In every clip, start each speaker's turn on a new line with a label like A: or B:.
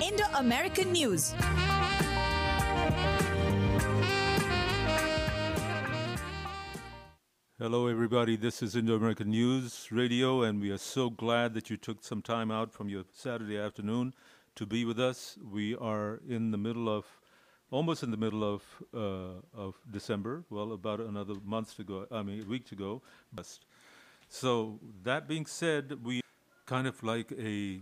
A: Indo American News.
B: Hello, everybody. This is Indo American News Radio, and we are so glad that you took some time out from your Saturday afternoon to be with us. We are in the middle of almost in the middle of uh, of December. Well, about another month to go. I mean, a week to go. So that being said, we kind of like a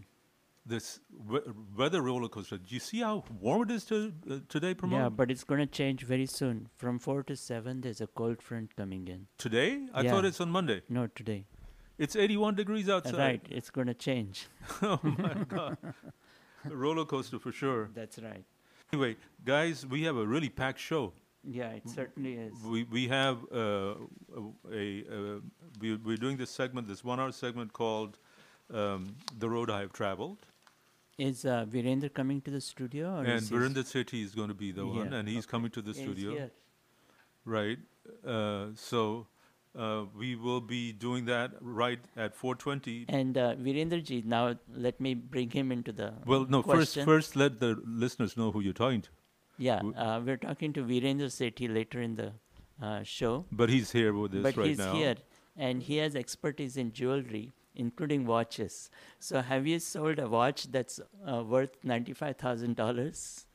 B: this we- weather roller coaster. Do you see how warm it is to, uh, today, Pramod?
C: Yeah, but it's gonna change very soon. From four to seven, there's a cold front coming in.
B: today? I
C: Yeah.
B: thought it's on Monday.
C: No, today. Uh,
B: It's 81 degrees outside.
C: right, it's gonna change.
B: A roller coaster for sure.
C: That's right.
B: Anyway, guys, we have a really packed show.
C: Yeah, it certainly is.
B: We we have uh, a, a, uh we, we're doing this segment, this one-hour segment called um, "The Road I Have Traveled,"
C: Is uh, Virender coming to the studio? Or
B: and
C: is he-
B: Virinder City is going to be the one,
C: Oh, Yeah,
B: and he's coming to the
C: Yeah, he's
B: studio,
C: here.
B: right? Uh, so uh, we will be doing that right at 4:20.
C: And uh, Virendraji, now let me bring him into the
B: Well, no,
C: question.
B: first first let the listeners know who you're talking to.
C: Yeah,
B: w-
C: uh, we're talking to Virendra Sethi later in the uh, show.
B: But he's here with us
C: but
B: right
C: he's
B: now.
C: here and he has expertise in jewelry including watches so have you sold a watch that's uh, worth $95000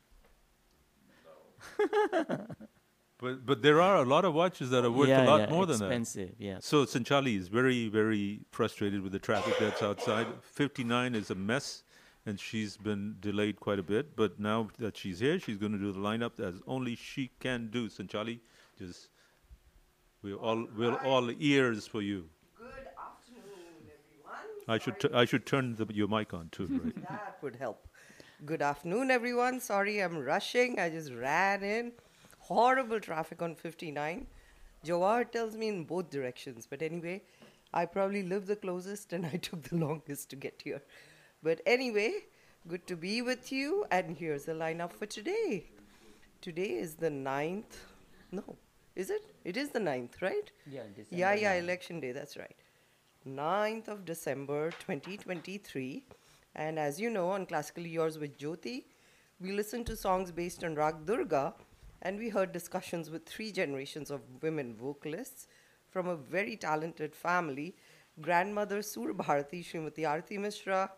B: But but there are a lot of watches that are worth a
C: yeah,
B: lot
C: yeah,
B: more than that.
C: expensive yeah
B: So Sanchali is very, very frustrated with the traffic that's outside. 59 is a mess, and she's been delayed quite a bit. But now that she's here, she's going to do the lineup as only she can do. Sanchali, just we're all we're all ears for you.
D: Good afternoon, everyone.
B: I should t- I should turn the, your mic on too. Right?
D: That would help. Good afternoon, everyone. Sorry, I'm rushing. I just ran in. Horrible traffic on 59. Jawar tells me in both directions. But anyway, I probably live the closest and I took the longest to get here. But anyway, good to be with you. And here's the lineup for today. Today is the 9th. No, is it? It is the 9th, right?
C: Yeah, December
D: Yeah, yeah,
C: 9th.
D: election day, that's right. 9th of December 2023. And as you know, on Classically Yours with Jyoti, we listened to songs based on Rag Durga and we heard discussions with three generations of women vocalists from a very talented family grandmother Sur Bharati Srimati Arati Mishra,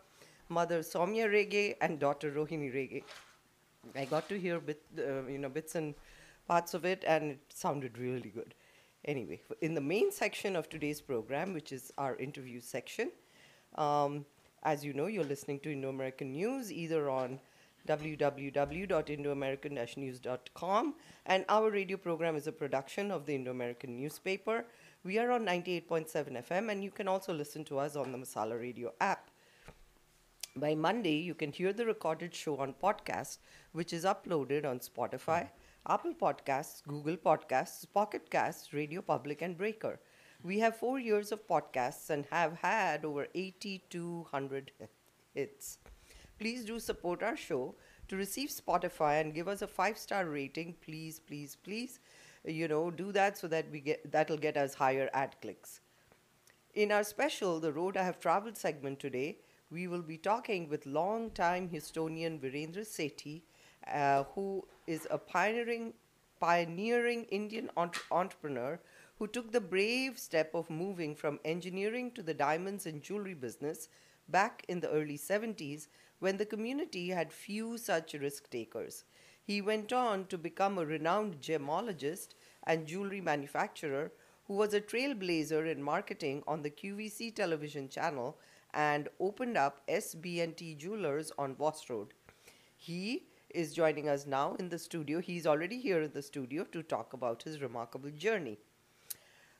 D: mother Soumya Rege, and daughter Rohini Rege. I got to hear bit, uh, you know, bits and parts of it, and it sounded really good. Anyway, in the main section of today's program, which is our interview section, um, as you know, you're listening to Indo American News either on www.indoamerican-news.com, and our radio program is a production of the Indo American newspaper. We are on 98.7 FM, and you can also listen to us on the Masala Radio app. By Monday, you can hear the recorded show on podcast, which is uploaded on Spotify, Apple Podcasts, Google Podcasts, Pocket Casts, Radio Public, and Breaker. We have four years of podcasts and have had over 8,200 hits. Please do support our show. To receive Spotify and give us a five star rating, please, please, please, you know, do that so that we get that'll get us higher ad clicks. In our special, The Road I Have Traveled segment today, we will be talking with longtime historian Virendra Sethi, uh, who is a pioneering, pioneering Indian entre- entrepreneur who took the brave step of moving from engineering to the diamonds and jewelry business back in the early 70s when the community had few such risk takers. He went on to become a renowned gemologist and jewelry manufacturer who was a trailblazer in marketing on the QVC television channel and opened up SBNT Jewelers on Voss Road. He is joining us now in the studio. He's already here in the studio to talk about his remarkable journey.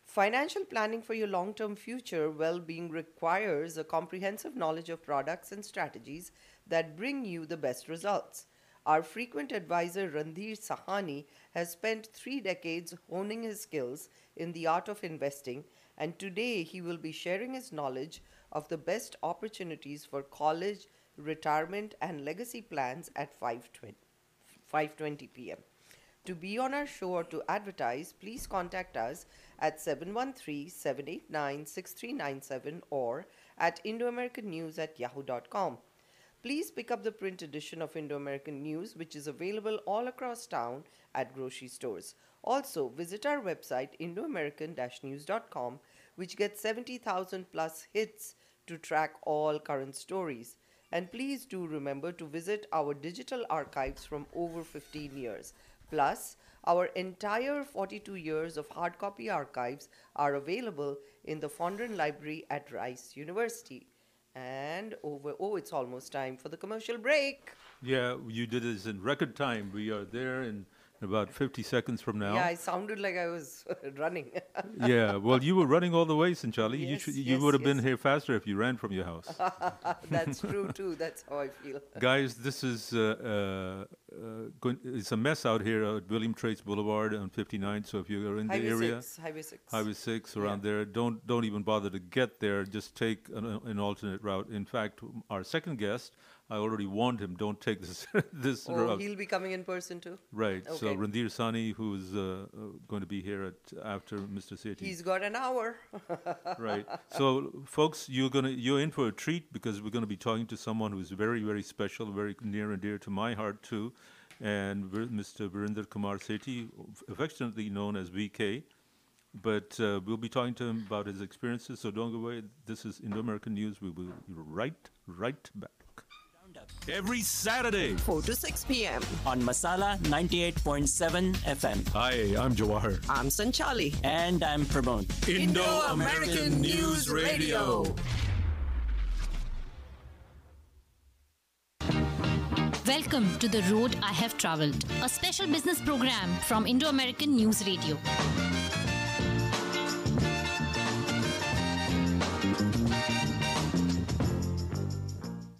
D: Financial planning for your long term future well being requires a comprehensive knowledge of products and strategies that bring you the best results. Our frequent advisor Randhir Sahani has spent three decades honing his skills in the art of investing, and today he will be sharing his knowledge of the best opportunities for college, retirement, and legacy plans at 520, 520 p.m. To be on our show or to advertise, please contact us at 713 789 6397 or at IndoAmericanNews at yahoo.com. Please pick up the print edition of Indo American News, which is available all across town at grocery stores. Also, visit our website, indoamerican news.com, which gets 70,000 plus hits to track all current stories. And please do remember to visit our digital archives from over 15 years. Plus, our entire 42 years of hard copy archives are available in the Fondren Library at Rice University. And over, oh, it's almost time for the commercial break.
B: Yeah, you did this in record time. We are there in about 50 seconds from now.
D: Yeah, I sounded like I was running.
B: Yeah, well, you were running all the way, Sinchali. you
D: Yes,
B: should, you
D: yes,
B: would have been
D: yes.
B: here faster if you ran from your house.
D: That's true too. That's how I feel.
B: Guys, this is uh, uh, uh, going, it's a mess out here at William Trace Boulevard on 59. So if you're in the
D: Highway
B: area,
D: six. Highway six.
B: Highway 6 around there. Don't don't even bother to get there. Just take an, uh, an alternate route. In fact, our second guest, I already warned him. Don't take this this
D: Oh,
B: route.
D: he'll be coming in person too.
B: right. So
D: okay.
B: Randir Sani, who's uh, uh, going to be here at after Mr. Sethi.
D: He's got an hour.
B: right. So, folks, you're gonna you're in for a treat because we're gonna be talking to someone who's very, very special, very near and dear to my heart too, and Vir- Mr. Virinder Kumar Sethi, affectionately known as VK. But uh, we'll be talking to him about his experiences. So don't go away. This is Indo American News. We will be right, right back.
E: Every Saturday.
D: 4 to 6 p.m.
C: on Masala 98.7 FM.
E: Hi, I'm Jawahar.
D: I'm Sanchali.
C: And I'm Pramod.
E: Indo American News Radio.
F: Welcome to The Road I Have Traveled, a special business program from Indo American News Radio.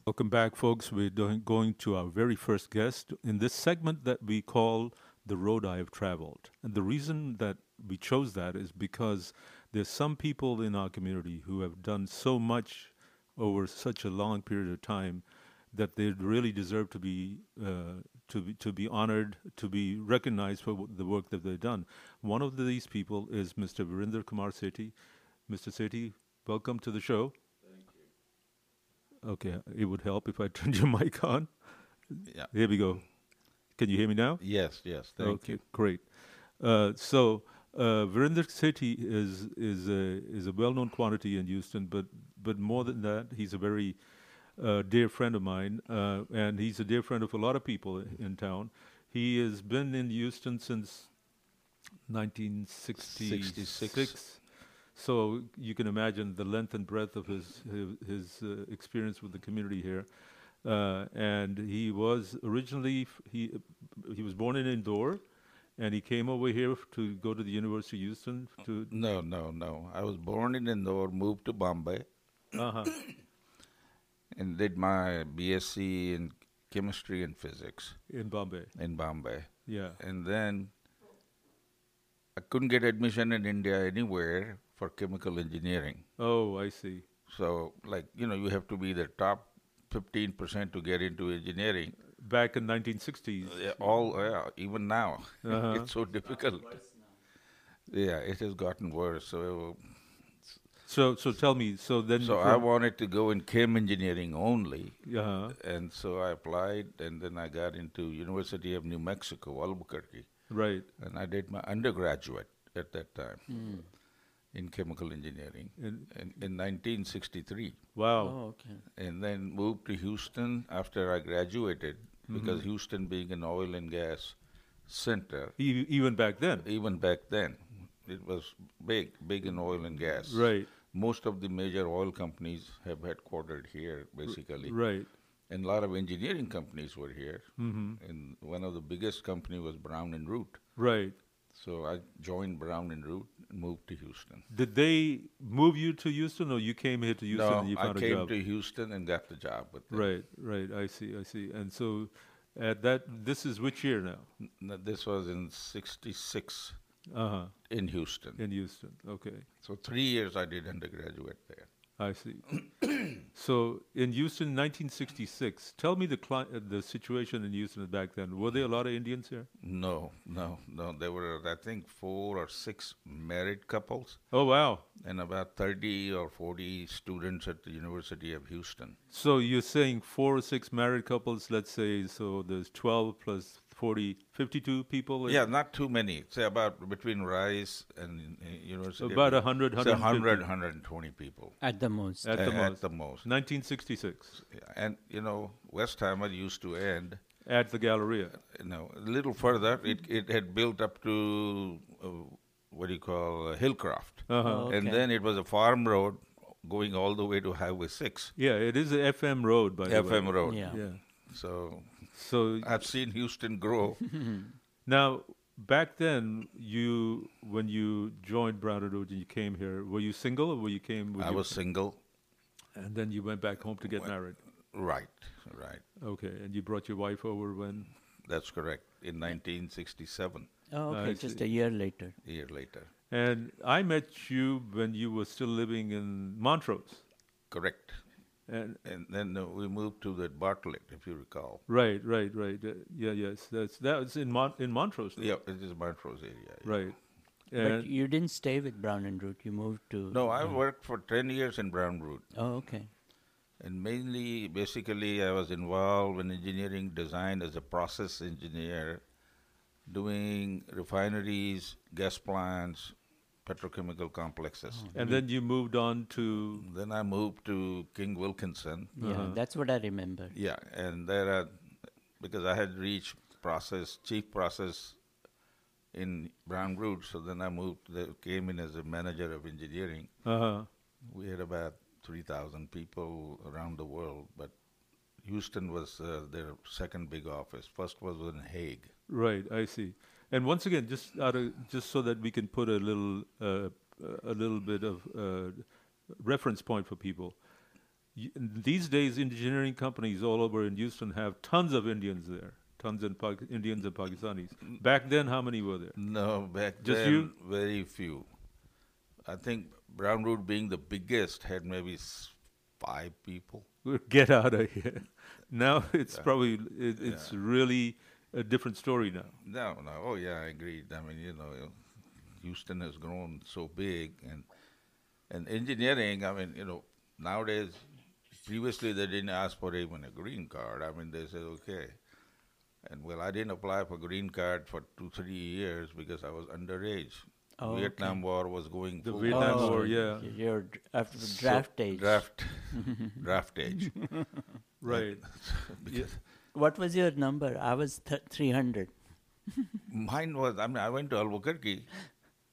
B: Welcome back, folks. We're doing, going to our very first guest in this segment that we call The Road I Have Traveled. And the reason that we chose that is because there's some people in our community who have done so much over such a long period of time that they really deserve to be uh, to be, to be honored, to be recognized for w- the work that they've done. One of these people is Mr. Virinder Kumar Sethi. Mr. Sethi, welcome to the show. Okay, it would help if I turned your mic on.
G: Yeah.
B: Here we go. Can you hear me now?
G: Yes, yes. Thank
B: okay, great. Uh, so uh, Virinder Sethi is is a is a well known quantity in Houston, but but more than that, he's a very uh, dear friend of mine, uh, and he's a dear friend of a lot of people i- in town. He has been in Houston since 1966. So you can imagine the length and breadth of his his, his uh, experience with the community here. Uh, and he was originally f- he he was born in Indore, and he came over here f- to go to the University of Houston f- to
G: No, no, no. I was born in Indore, moved to Bombay,
B: uh
G: and did my BSc in chemistry and physics
B: in Bombay.
G: in Bombay.
B: Yeah,
G: And then I couldn't get admission in India anywhere for chemical engineering.
B: Oh, I see.
G: So, like, you know, you have to be the top 15% to get into engineering.
B: Back in 1960s.
G: Yeah, All, yeah, even now,
B: Uh-huh.
G: it's so difficult. Yeah, it has gotten worse. So,
B: So, so tell me. So then,
G: so I wanted to go in chem engineering only.
B: uh
G: and so I applied, and then I got into University of New Mexico, Albuquerque,
B: right
G: and I did my undergraduate at that time in chemical engineering in, in 1963,
B: wow
C: Oh, okay.
G: and then moved to Houston after I graduated because Houston being an oil and gas center,
B: E- even back then
G: even back then, it was big, big in oil and gas.
B: Right.
G: Most of the major oil companies have headquartered here, basically
B: right Mm-hmm.
G: and a lot of engineering companies were here. mm And one of the biggest company was Brown and Root.
B: right
G: So I joined Brown and Root moved to Houston.
B: Did they move you to Houston, or you came here to Houston
G: no,
B: and you
G: I
B: found a
G: came
B: job?
G: to Houston and got the job with them.
B: right, right. I see, I see. And so, at that, this is which year now?
G: N- This was in '66
B: Uh huh.
G: in Houston.
B: In Houston. Okay,
G: So three years I did undergraduate there.
B: I see. so in Houston, 1966. Tell me the cli- uh, the situation in Houston back then. Were there a lot of Indians here?
G: No, no, no. There were I think four or six married couples
B: Oh wow.
G: and about 30 or 40 students at the University of Houston.
B: So you're saying four or six married couples, let's say, so there's 12 plus 40, 52 people? in-
G: Yeah, not too many. Say about between Rice and uh, University. of
B: About
G: Hu-
B: 100,
G: say
B: 150.
G: 100, 120 people
C: at the most.
B: At the
G: a-
B: most.
G: At the most.
B: 1966,
G: Yeah, And you know, Westheimer used to end.
B: at the Galleria.
G: You know, a little further, it it had built up to uh, what do you call uh, Hillcroft,
C: Uh-huh.
G: and
C: Okay.
G: then it was a farm road going all the way to Highway Six,
B: Yeah, it is a FM road, by the way.
G: FM road.
C: Yeah.
B: Yeah.
G: So
B: So
G: I've seen Houston grow.
B: now, back then, you when you joined Brown and Road and you came here, were you single or were you came? With
G: I was single.
B: and then you went back home to get married.
G: Right, right.
B: Okay, and you brought your wife over when?
G: That's correct. In 1967,
C: Oh, okay,
B: I
C: just
B: see.
C: a year later.
G: a year later.
B: And I met you when you were still living in Montrose,
G: Correct.
B: and
G: And then uh, we moved to the Bartlett, if you recall.
B: Right, right, right. Uh, yeah, yes. That's that was in Mon- in Montrose.
G: Yeah, it is Montrose area. yeah.
B: Right.
C: But
B: And
C: you didn't stay with Brown and Root. You moved to.
G: No, I worked for 10 years in Brown Root.
C: Oh, okay.
G: And mainly, basically, I was involved in engineering design as a process engineer, doing refineries, gas plants, petrochemical complexes.
B: and then you moved on to
G: Then I moved to King Wilkinson.
B: Uh-huh.
C: Yeah, that's what I remember.
G: Yeah, and there are because I had reached process chief process in Brown Root, so then I moved there, came in as a manager of engineering.
B: uh,
G: We had about three thousand people around the world, but Houston was uh, their second big office. First was in Hague.
B: right. I see. And once again, just out of, just so that we can put a little uh, a little bit of uh, reference point for people. Y- These days, engineering companies all over in Houston have tons of Indians there, tons of Pak- Indians and Pakistanis. Back then, how many were there?
G: No, back
B: Just
G: then
B: you?
G: very few. I think Brown Root being the biggest had maybe s- five people.
B: get out of here. Now it's probably it, it's really a different story now.
G: No, no. Oh, yeah, I agree. I mean, you know, Houston has grown so big, and and engineering. I mean, you know, nowadays, previously they didn't ask for even a green card. I mean, they said okay, and well, I didn't apply for green card for two three years because I was underage.
C: Oh,
G: Vietnam War was going.
B: The
G: full
B: Vietnam
G: blast.
B: War, yeah.
C: You're d- after
G: So-
C: draft age.
G: Draft, draft age.
B: Right.
G: Because
C: What was your number? I was th- 300.
G: Mine was, I mean, I went to Albuquerque.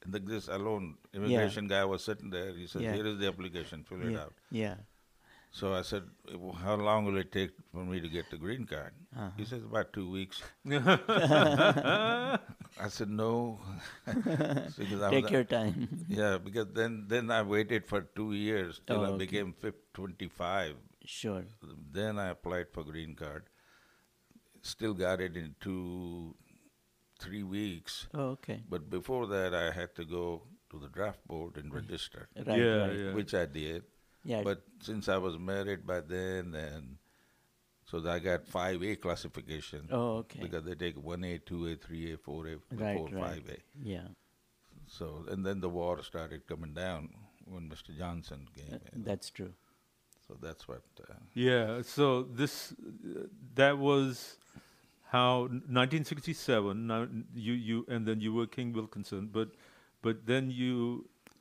G: And the, this alone immigration guy was sitting there. He said,
C: Yeah.
G: Here is the application, fill it
C: yeah.
G: out.
C: yeah.
G: So I said, "Well, How long will it take for me to get the green card?
C: Uh-huh.
G: He says, About two weeks. I said, No. Because I was-
C: Take your time.
G: Yeah, because then, then I waited for two years till
C: Oh,
G: I
C: okay.
G: became fif- 25.
C: sure.
G: Then I applied for green card. Still got it in two, three weeks.
C: Oh, okay.
G: But before that, I had to go to the draft board and register,
C: Right.
B: yeah,
C: right.
B: yeah.
G: which I did.
C: Yeah.
G: But since I was married by then, and so that I got 5A classification.
C: Oh, okay.
G: Because they take 1A, 2A, 3A, 4A,
C: Right,
G: 4,
C: right.
G: 5A.
C: Yeah.
G: So, and then the war started coming down when Mr. Johnson came in.
C: That's true.
G: so that's what. Uh,
B: Yeah. So this uh, that was how 1967. Now you you and then you were King Wilkinson, but but then you.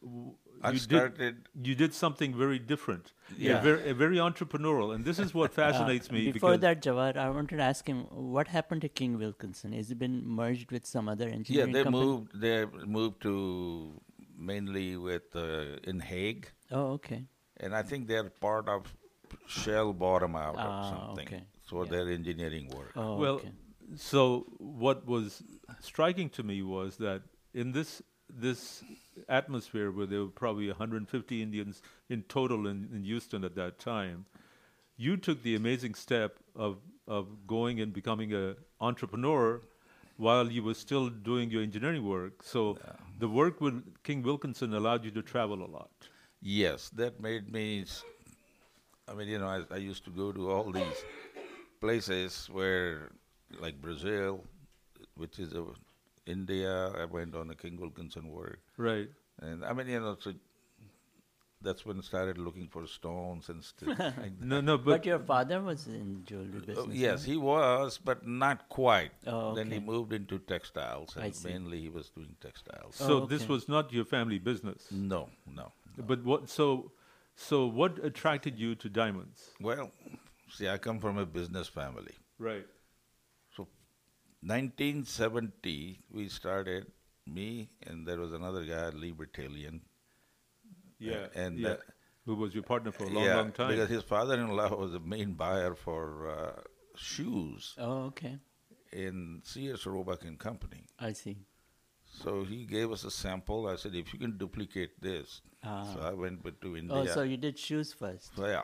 B: w-
G: I
B: you
G: started-
B: Did, you did something very different. A
G: Yeah.
B: very, a very entrepreneurial, and this is what fascinates me.
C: Uh, Before
B: because,
C: that, Jawad, I wanted to ask him what happened to King Wilkinson? Has it been merged with some other
G: yeah,
C: engineering
G: they
C: company?
G: moved. They moved to mainly with uh, in Hague.
C: Oh, okay.
G: and I think they're part of Shell bottom out
C: Ah,
G: or something
C: okay.
G: for
C: Yeah.
G: their engineering work.
C: Oh,
B: well,
C: okay.
B: so what was striking to me was that in this this atmosphere where there were probably 150 Indians in total in, in Houston at that time. You took the amazing step of of going and becoming an entrepreneur while you were still doing your engineering work. So the work with King Wilkinson allowed you to travel a lot.
G: Yes, that made me. s- I mean, you know, I, I used to go to all these places where, like Brazil, which is a, India. I went on a King Wilkinson work,
B: Right.
G: and I mean, you know, so that's when I started looking for stones and stuff. like that.
B: No, no,
C: But,
B: but
C: your father was in jewelry business.
G: Oh, yes, he was, but not quite.
C: Oh,
G: Then he
C: okay.
G: moved into textiles,
C: I
G: and
C: see.
G: mainly he was doing textiles.
B: so
C: Oh,
B: this
C: okay.
B: was not your family business.
G: no, no.
B: But what? So, so what attracted you to diamonds?
G: Well, see, I come from a business family.
B: Right.
G: So, 1970, we started, me and there was another guy, Lee Bertillion.
B: Yeah.
G: and,
B: yeah.
G: uh,
B: who was your partner for a long,
G: yeah,
B: long time?
G: Because his father in law was the main buyer for uh, shoes
C: Oh, okay. in
G: Sears Roebuck and Company.
C: I see.
G: So he gave us a sample. I said, if you can duplicate this.
C: Ah.
G: So I went with- to India.
C: Oh, so you did shoes first.
G: So, yeah.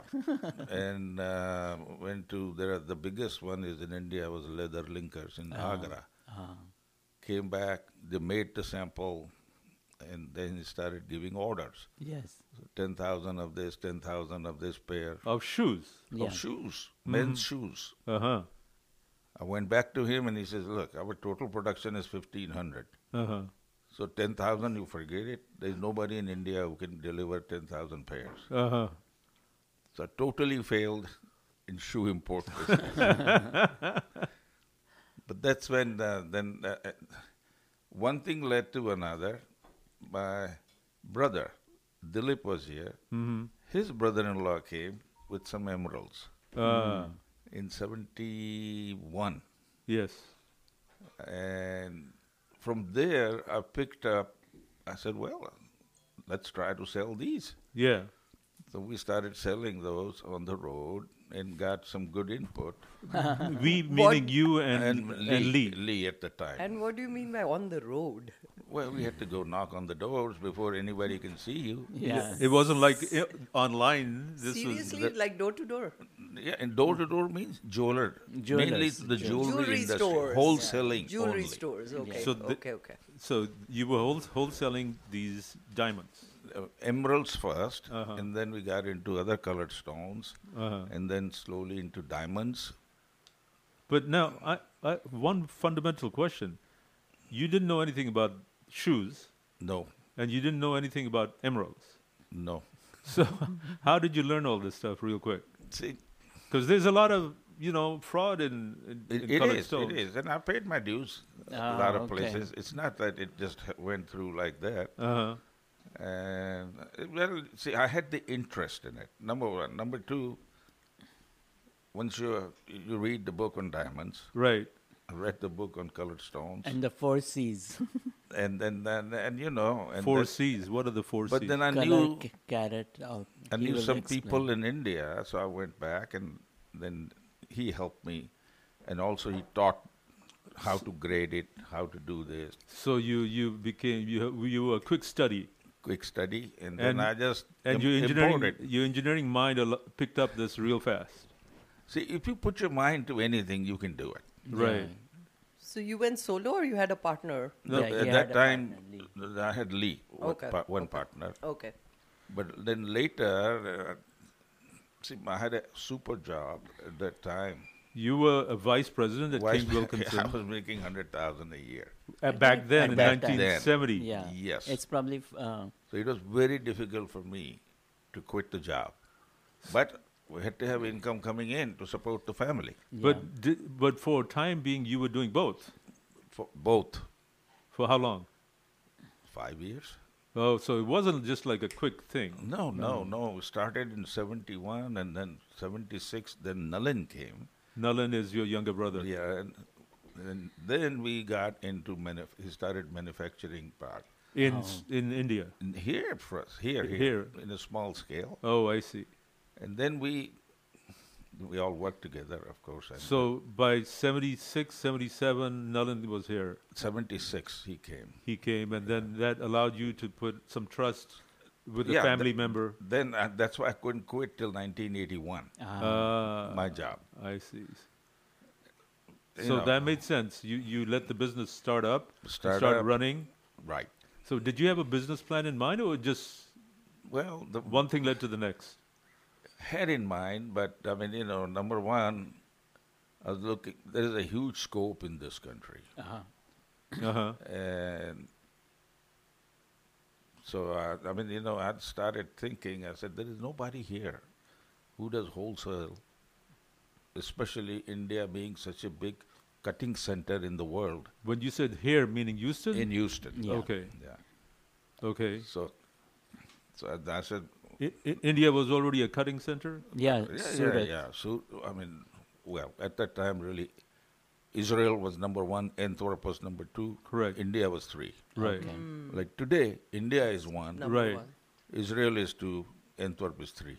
G: and uh, went to, there are, the biggest one is in India was Leather Linkers in Agra.
C: Ah,
G: Came back, they made the sample, and then he started giving orders.
C: yes.
G: 10,000 of this, 10,000 of this pair
B: of Oh, shoes.
C: Yeah.
G: of shoes, men's shoes.
B: Uh huh.
G: I went back to him and he says, look, our total production is 1,500.
B: Uh huh.
G: So 10,000, you forget it. There's nobody in India who can deliver 10,000 pairs.
B: Uh huh.
G: So I totally failed in shoe import business. but that's when uh, then uh, uh, one thing led to another. My brother Dilip was here. His brother-in-law came with some emeralds
B: Uh,
G: in '71,
B: Yes.
G: and from there I picked up. I said, "Well, let's try to sell these."
B: Yeah.
G: So we started selling those on the road and got some good input.
B: we meaning you and and, Lee.
G: at the time.
D: And what do you mean by on the road?
G: well, we had to go knock on the doors before anybody can see you.
C: Yeah.
B: It wasn't like i online. This
D: Seriously,
B: was
D: like door to door.
G: Yeah, and door to door means jeweler. Mainly
C: Jewelers,
G: the jewelry,
D: Jewelry
G: industry,
D: stores.
G: wholesaling.
D: yeah. Jewelry
G: only.
D: stores. Okay.
B: So the-
D: okay. Okay.
B: so you were whole, wholesaling these diamonds.
G: Uh, emeralds 1st and then we got into other colored stones,
B: Uh-huh.
G: and then slowly into diamonds.
B: But now, I, I, one fundamental question: you didn't know anything about shoes,
G: No,
B: and you didn't know anything about emeralds.
G: no.
B: So, how did you learn all this stuff, real quick?
G: See,
B: Because there's a lot of you know fraud in in,
G: It,
B: in
G: it
B: colored
G: is,
B: stones.
G: it is, and I paid my dues a
C: Ah,
G: lot of
C: okay.
G: places. It's not that it just h- went through like that.
B: Uh-huh.
G: And uh, well, see, I had the interest in it. Number one, number two. Once you you read the book on diamonds,
B: Right.
G: I read the book on colored stones, and
C: And the four C's.
G: and then and, and you know, and
B: four
G: that-
B: C's. What are the four
G: But
B: C's?
G: then I
C: Color,
G: knew
C: ca- carrot. Oh,
G: I
C: he
G: knew
C: will
G: some
C: explain.
G: people in India, so I went back, and then he helped me, and also he taught how to grade it, how to do this.
B: so you you became you ha- you were a quick study
G: quick study, and then
B: And-
G: I just
B: and
G: im-
B: your engineering
G: imported.
B: your engineering mind al- picked up this real fast.
G: See, if you put your mind to anything, you can do it.
B: Right.
D: So you went solo, or you had a partner?
G: No,
C: Yeah, he
G: at that
C: had a
G: time,
C: partner, Lee.
G: th- I had Lee, one
D: Okay,
G: pa- one partner.
D: Okay.
G: But then later, uh, see, I had a super job at that time.
B: You were a vice president at
G: Why-
B: King
G: I
B: Wilkinson
G: was making hundred thousand a year,
B: uh, back then
C: At
B: in
C: that time.
B: 1970.
C: Yeah.
G: Yes.
C: It's probably. f- Uh,
G: so it was very difficult for me to quit the job. But we had to have income coming in to support the family
B: But di- but for time being, you were doing both.
G: for both
B: For how long?
G: five years.
B: Oh, so it wasn't just like a quick thing.
G: No, no, no. We started in 71 and then 76, then Nalin came.
B: Nalan is your younger brother.
G: Yeah, and, and then we got into, manuf- he started manufacturing part.
B: in
G: Oh.
B: s in India.
G: And here for us, here, here,
B: Here.
G: in a small scale.
B: Oh, I see.
G: And then we we all worked together, of course. And
B: So by 76, 77, Nalin was here.
G: 76, he came.
B: He came, and then that allowed you to put some trust with a
G: Yeah,
B: family
G: th-
B: member.
G: Then uh, that's why I couldn't quit till 1981,
B: Uh,
G: Ah. my job.
B: I see.
G: You
B: So
G: know.
B: that made sense. You you let the business start up, and
G: Start
B: start
G: up.
B: running.
G: Right.
B: So did you have a business plan in mind, or just
G: Well, the
B: one thing led to the next?
G: had in mind, but I mean, you know, number one, I was looking, there's a huge scope in this country.
B: Uh huh.
G: And Um, so, uh, I, I mean, you know, I started thinking, I said, there is nobody here who does wholesale, especially India being such a big cutting center in the world,
B: When you said here, meaning Houston.
G: in Houston.
B: Okay.
G: Yeah.
B: Okay.
G: So, so I, I said,
B: I, I- India was already a cutting center.
C: Yeah,
G: yeah, yeah,
C: Surat.
G: yeah. So, I mean, well, at that time, really, Israel was number one, Antwerp was number two.
B: Correct.
G: India was three.
B: Right.
G: Like today, India is one.
D: Number
B: Right.
D: one.
G: Israel is two, Antwerp is three.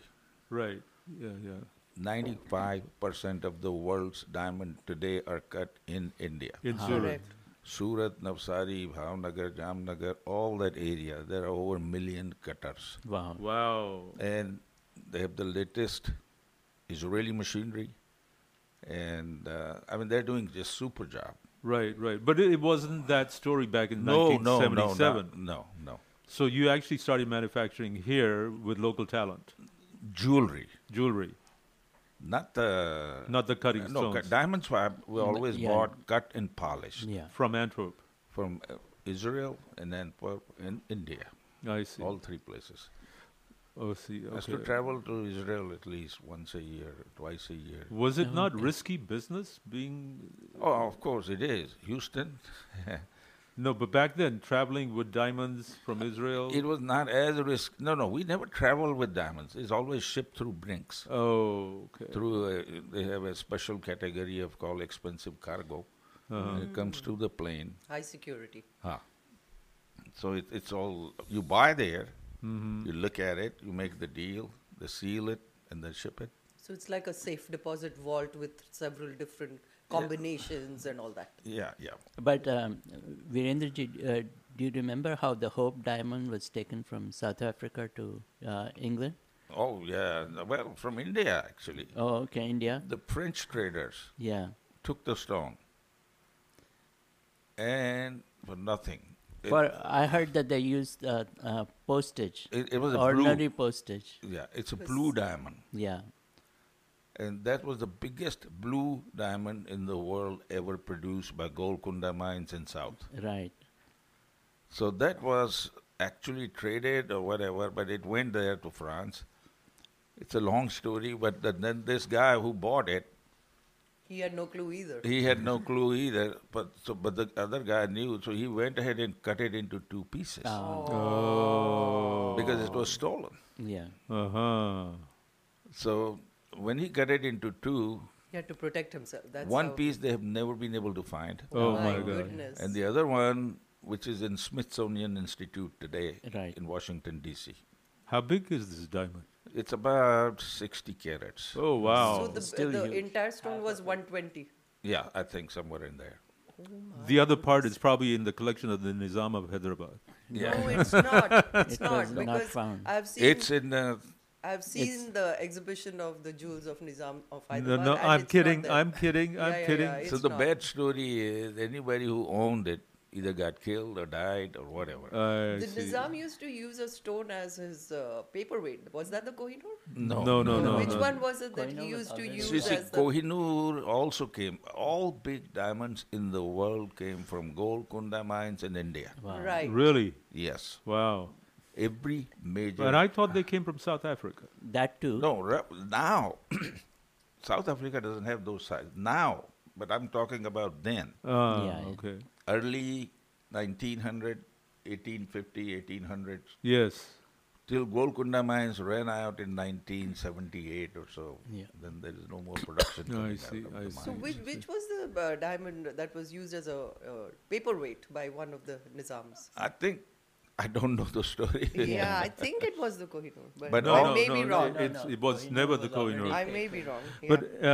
B: Right. Yeah. Yeah.
G: 95% of the world's diamond today are cut in India.
B: In Surat.
D: Correct.
G: Surat, Navsari, Bhavnagar, Jamnagar, all that area, there are over a million cutters.
C: Wow.
B: Wow.
G: And they have the latest Israeli machinery. And uh, I mean, they're doing just super job.
B: Right. Right. But it, it wasn't that story back in
G: No, no, no,
B: 1977.
G: no, no, no.
B: So you actually started manufacturing here with local talent,
G: Jewelry,
B: jewelry,
G: not the
B: not the cutting
G: no
B: stones
G: cut, diamond swab. We always
C: yeah.
G: bought cut and polished
C: Yeah.
B: from Antwerp.
G: from uh, Israel and then for, in India,
B: I see.
G: all three places.
B: oh, see.
G: I used to
B: okay.
G: travel to Israel at least once a year, twice a year.
B: Was it not risky business being
G: Oh, of course it is. Houston,
B: no? But back then, traveling with diamonds from Israel.
G: it was not as risk. No, no, we never travel with diamonds. It's always shipped through Brinks.
B: oh, okay.
G: through a, they have a special category of called expensive cargo.
B: Uh-huh.
G: When It comes to the plane.
D: High security.
G: Huh. So it, it's all you buy there.
B: Mm-hmm.
G: You look at it, you make the deal, they seal it, and then ship it.
D: So it's like a safe deposit vault with several different combinations and all that.
G: Yeah, yeah.
C: But um, Virendraji, uh, do you remember how the Hope Diamond was taken from South Africa to uh, England?
G: Oh yeah. Well, from India actually,
C: Oh, okay, India.
G: the French traders
C: Yeah.
G: took the stone, and for nothing. It,
C: For I heard that they used uh, uh, postage.
G: it, it was a
C: ordinary
G: blue.
C: postage.
G: Yeah, it's a blue diamond.
C: Yeah.
G: and that was the biggest blue diamond in the world ever produced by Golconda Mines in South.
C: Right.
G: So that was actually traded or whatever, but it went there to France. It's a long story, but th- then this guy who bought it,
D: He had no clue either.
G: he had no clue either. But so, but the other guy knew, so he went ahead and cut it into two pieces
D: Oh.
B: Oh.
G: because it was stolen.
C: Yeah.
B: Uh huh.
G: So when he cut it into two,
D: He had to protect himself. That's
G: one
D: how-
G: piece they have never been able to find.
B: Oh
D: my,
B: my God.
D: goodness.
G: And the other one, which is in Smithsonian Institute today
C: Right.
G: in Washington, D.C.
B: How big is this diamond?
G: It's about 60 carats.
B: Oh wow.
D: so the,
C: Still
D: the
C: huge.
D: entire stone was 120.
G: Yeah, I think somewhere in there.
B: the other part is probably in the collection of the Nizam of Hyderabad.
D: No, it's not. It's
C: It
D: not
C: was not
D: because
C: found.
D: I've seen
G: It's in the.
D: I've seen the exhibition of the jewels of Nizam
B: No,
D: of Hyderabad.
B: no,
D: and
B: I'm
D: it's not
B: kidding.
D: there.
B: I'm kidding.
D: Yeah,
B: I'm
D: yeah,
B: kidding.
D: yeah,
G: so
D: it's
G: the
D: not.
G: bad story is anybody who owned it either got killed or died or whatever.
B: I
D: The
B: see.
D: Nizam used to use a stone as his uh, paperweight. Was that the Kohinoor?
G: no,
B: no, no, no,
D: Which
B: no.
D: one was it that he
C: Kohinoor was
D: used to
C: already-
D: use
G: See, see,
D: as the
G: Kohinoor also came. All big diamonds in the world came from Golconda mines in India.
D: right?
B: Really?
G: Yes,
B: Wow.
G: every major.
B: And I thought they came from South Africa.
C: That too.
G: No, re- now South Africa doesn't have those size now, but I'm talking about then,
B: Ah,
C: Yeah, yeah.
B: okay.
G: early 1900, 1850, 1800s,
B: Yes.
G: till Golconda mines ran out in 1978 or so.
C: Yeah.
G: Then there is no more production.
B: No, I
G: coming
B: see,
G: Out of
B: I
G: the
B: see.
D: So
G: mines.
D: which which was the uh, diamond that was used as a uh, paperweight by one of the Nizams?
G: I think I don't know the story.
D: Yeah, I think it was the Kohinoor, but,
G: But
D: I
G: no,
D: may be wrong.
C: no,
B: it's-
C: no.
B: It was
C: Kohinoor
B: never
C: was
B: the
C: already
B: Kohinoor.
D: I
C: Okay.
D: may be wrong. Yeah.
B: But uh,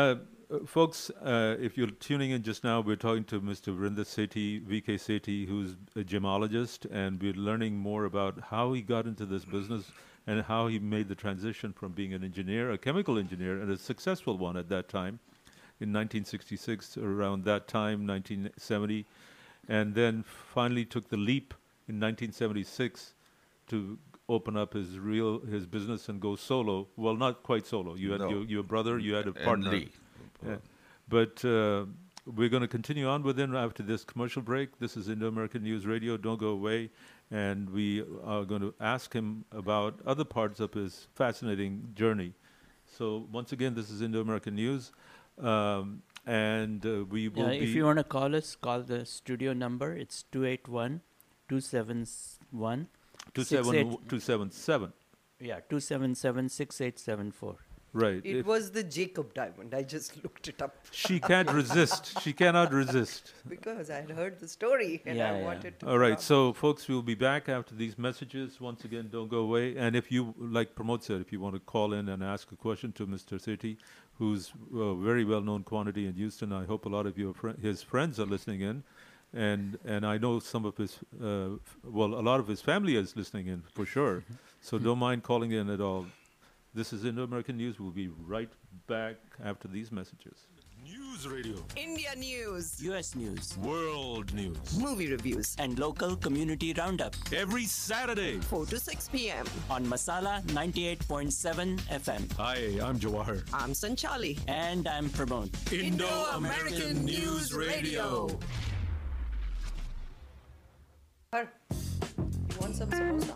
B: uh, folks, uh, if you're tuning in just now, we're talking to Mr. Vrinda Sethi, VK Sethi, who's a gemologist, and we're learning more about how he got into this business and how he made the transition from being an engineer, a chemical engineer, and a successful one at that time, in 1966, around that time, 1970, and then finally took the leap in 1976 to open up his real his business and go solo. Well, not quite solo. You had
G: No.
B: your, your brother, you had a
G: And uh,
B: partner.
G: Lee.
B: Yeah. uh, But uh, we're going to continue on with him after this commercial break. This is Indo American News Radio. Don't go away. And we are going to ask him about other parts of his fascinating journey. So, once again, this is Indo American News. Um, and uh, we will
C: Yeah,
B: be.
C: if you want to call us, call the studio number. It's 281 271
B: 271 277.
C: Yeah, 277 6874.
B: Right.
D: it
B: If-
D: was the Jacob diamond. I just looked it up
B: she can't resist. She cannot resist.
D: because I had heard the story and
C: Yeah,
D: I
C: yeah.
D: wanted to.
B: All right,
D: pronounce-
B: so folks, we'll be back after these messages. Once again, don't go away. And if you, like Pramod said, if you want to call in and ask a question to Mr. Sethi, who's a very well known quantity in Houston, I hope a lot of your fri his friends are listening in. And, and I know some of his, uh, f- well, a lot of his family is listening in for sure. So don't mind calling in at all. This is Indo American News. We'll be right back after these messages.
E: News radio,
D: India news,
C: US News
E: world news.
D: movie reviews,
C: and local community roundup
E: Every Saturday.
D: 4 to 6 p.m.
C: on Masala 98.7 FM.
E: Hi, I'm Jawahar.
D: I'm Sanchali.
C: And I'm Pramod.
E: Indo-American News Radio.
D: Her, you want some samosa?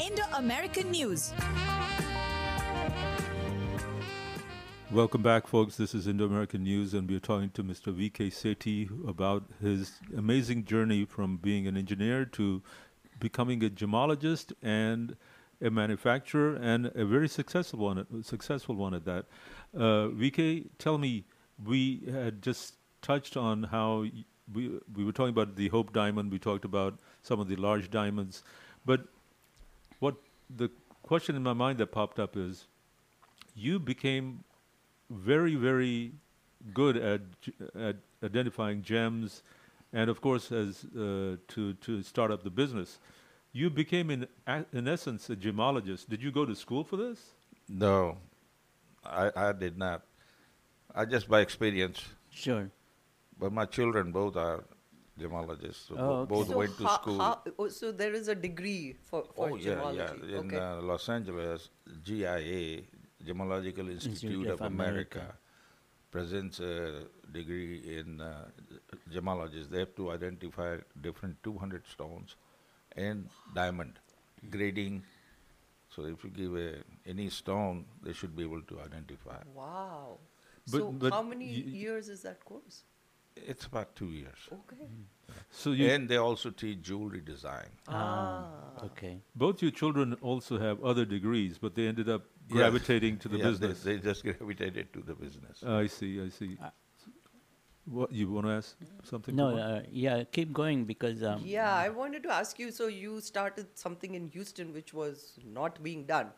H: Indo American News.
B: Welcome back, folks. This is Indo American News, and we're talking to Mr. VK Sethi about his amazing journey from being an engineer to becoming a gemologist and a manufacturer, and a very successful one, successful one at that. Uh, VK, tell me, we had just touched on how y- we we were talking about the Hope Diamond. We talked about some of the large diamonds, but what the question in my mind that popped up is you became very very good at g- at identifying gems and of course as uh, to to start up the business you became in a- in essence a gemologist did you go to school for this
G: No, I, I did not. I just by experience.
C: Sure.
G: But my children both are gemologists. So bo-
C: Oh, okay.
G: Both
D: So,
G: went to
D: ho-
G: school.
D: ho- oh, so there is a degree for, for
G: oh, yeah,
D: gemology.
G: yeah. In
D: okay.
G: uh, Los Angeles, GIA, Gemological Institute,
C: of
G: of America, presents a degree in uh, gemologists. They have to identify different 200 stones and diamond grading. So if you give a, any stone, they should be able to identify.
D: Wow.
B: But-
D: so
B: but
D: how many
B: y- y-
D: years is that course?
G: It's about two years.
D: Okay.
B: so you
G: and they also teach jewelry design.
C: Ah, Okay.
B: both your children also have other degrees but they ended up
G: Yeah.
B: gravitating to the
G: Yeah, they-
B: business
G: They, just gravitated to the business.
B: i see i see what you want to ask something
C: No,
B: Kumar?
C: uh, yeah, keep going because um,
D: yeah, I wanted to ask you. So you started something in Houston, which was not being done,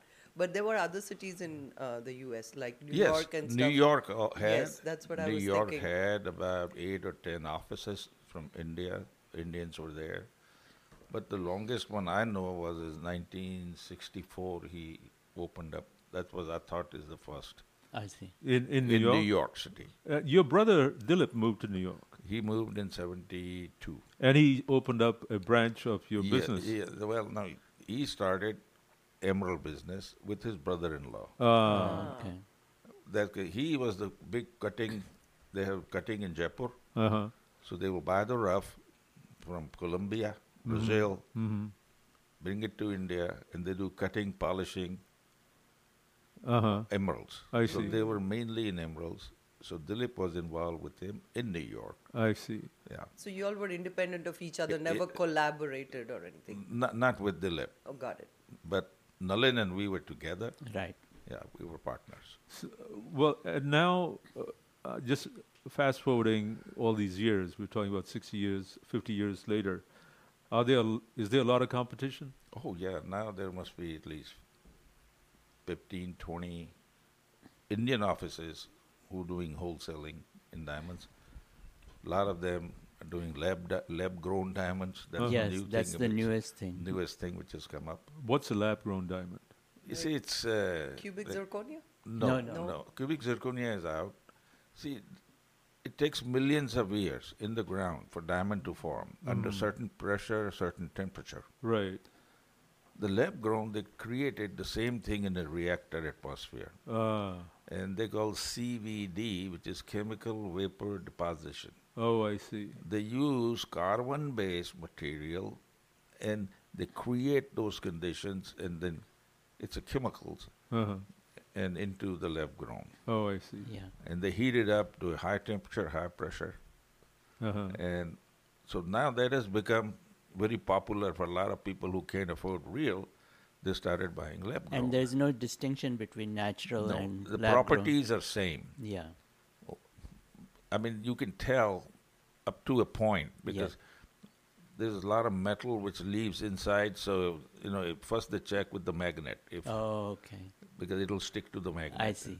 D: but there were other cities in uh, the U.S. like New
G: yes,
D: York and
G: New
D: stuff.
G: York uh, had.
D: Yes, that's what I
G: New
D: was
G: York
D: thinking.
G: had about eight or ten offices from India. Indians were there, but the longest one I know was is 1964. He opened up. That was I thought is the first
C: I see.
B: in in new
G: in
B: york,
G: New York City.
B: Uh, your brother dilip moved to new york
G: He moved in 72.
B: and he opened up a branch of your
G: Yeah,
B: business
G: Yeah, well, no, he started emerald business with his brother-in-law.
B: Uh,
C: Okay.
G: Ah. that guy- he was the big cutting. They have cutting in Jaipur,
B: uh-huh
G: so they will buy the rough from Colombia,
B: Mm-hmm.
G: Brazil, bring it to India, and they do cutting, polishing,
B: Uh huh.
G: emeralds.
B: I
G: so
B: see.
G: they were mainly in emeralds. So Dilip was involved with him in New York.
B: I see.
G: Yeah.
D: So you all were independent of each other,
G: Yeah,
D: never
G: yeah.
D: collaborated or anything.
G: Not, not with Dilip,
D: Oh, got it.
G: but Nalin and we were together.
C: Right.
G: Yeah, we were partners.
B: Well, and now, uh, uh, just fast forwarding all these years, we're talking about 60 years, 50 years later. Are there? l- Is there a lot of competition?
G: Oh, yeah, now there must be at least 15, 20 Indian offices who doing wholesaling in diamonds. A lot of them are doing lab di- lab grown diamonds. That's
C: Yes,
G: the new
C: that's
G: thing
C: the
G: which-
C: newest thing.
G: Newest thing which has come up.
B: What's a lab-grown diamond?
G: You see, it's uh,
D: Cubic
G: like-
D: zirconia?
G: No,
C: No,
G: no,
C: no.
G: no. Cubic zirconia is out. See, it takes millions of years in the ground for diamond to form under certain pressure, certain temperature.
B: Right.
G: The lab grown, they created the same thing in a reactor atmosphere.
B: Ah.
G: And they call CVD, which is chemical vapor deposition.
B: Oh, I see.
G: They use carbon based material and they create those conditions and then it's a chemicals
B: Uh-huh.
G: and into the lab grown.
B: Oh, I see.
C: Yeah.
G: and they heat it up to a high temperature, high pressure,
B: Uh-huh.
G: and so now that has become very popular for a lot of people who can't afford real. They started buying lab grown.
C: And there's no distinction between natural
G: no,
C: and
G: the
C: lab grown.
G: properties are same.
C: Yeah.
G: I mean, you can tell up to a point because there's a lot of metal which leaves inside. So you know, if- first they check with the magnet if
C: Oh, okay.
G: because it'll stick to the magnet.
C: I see.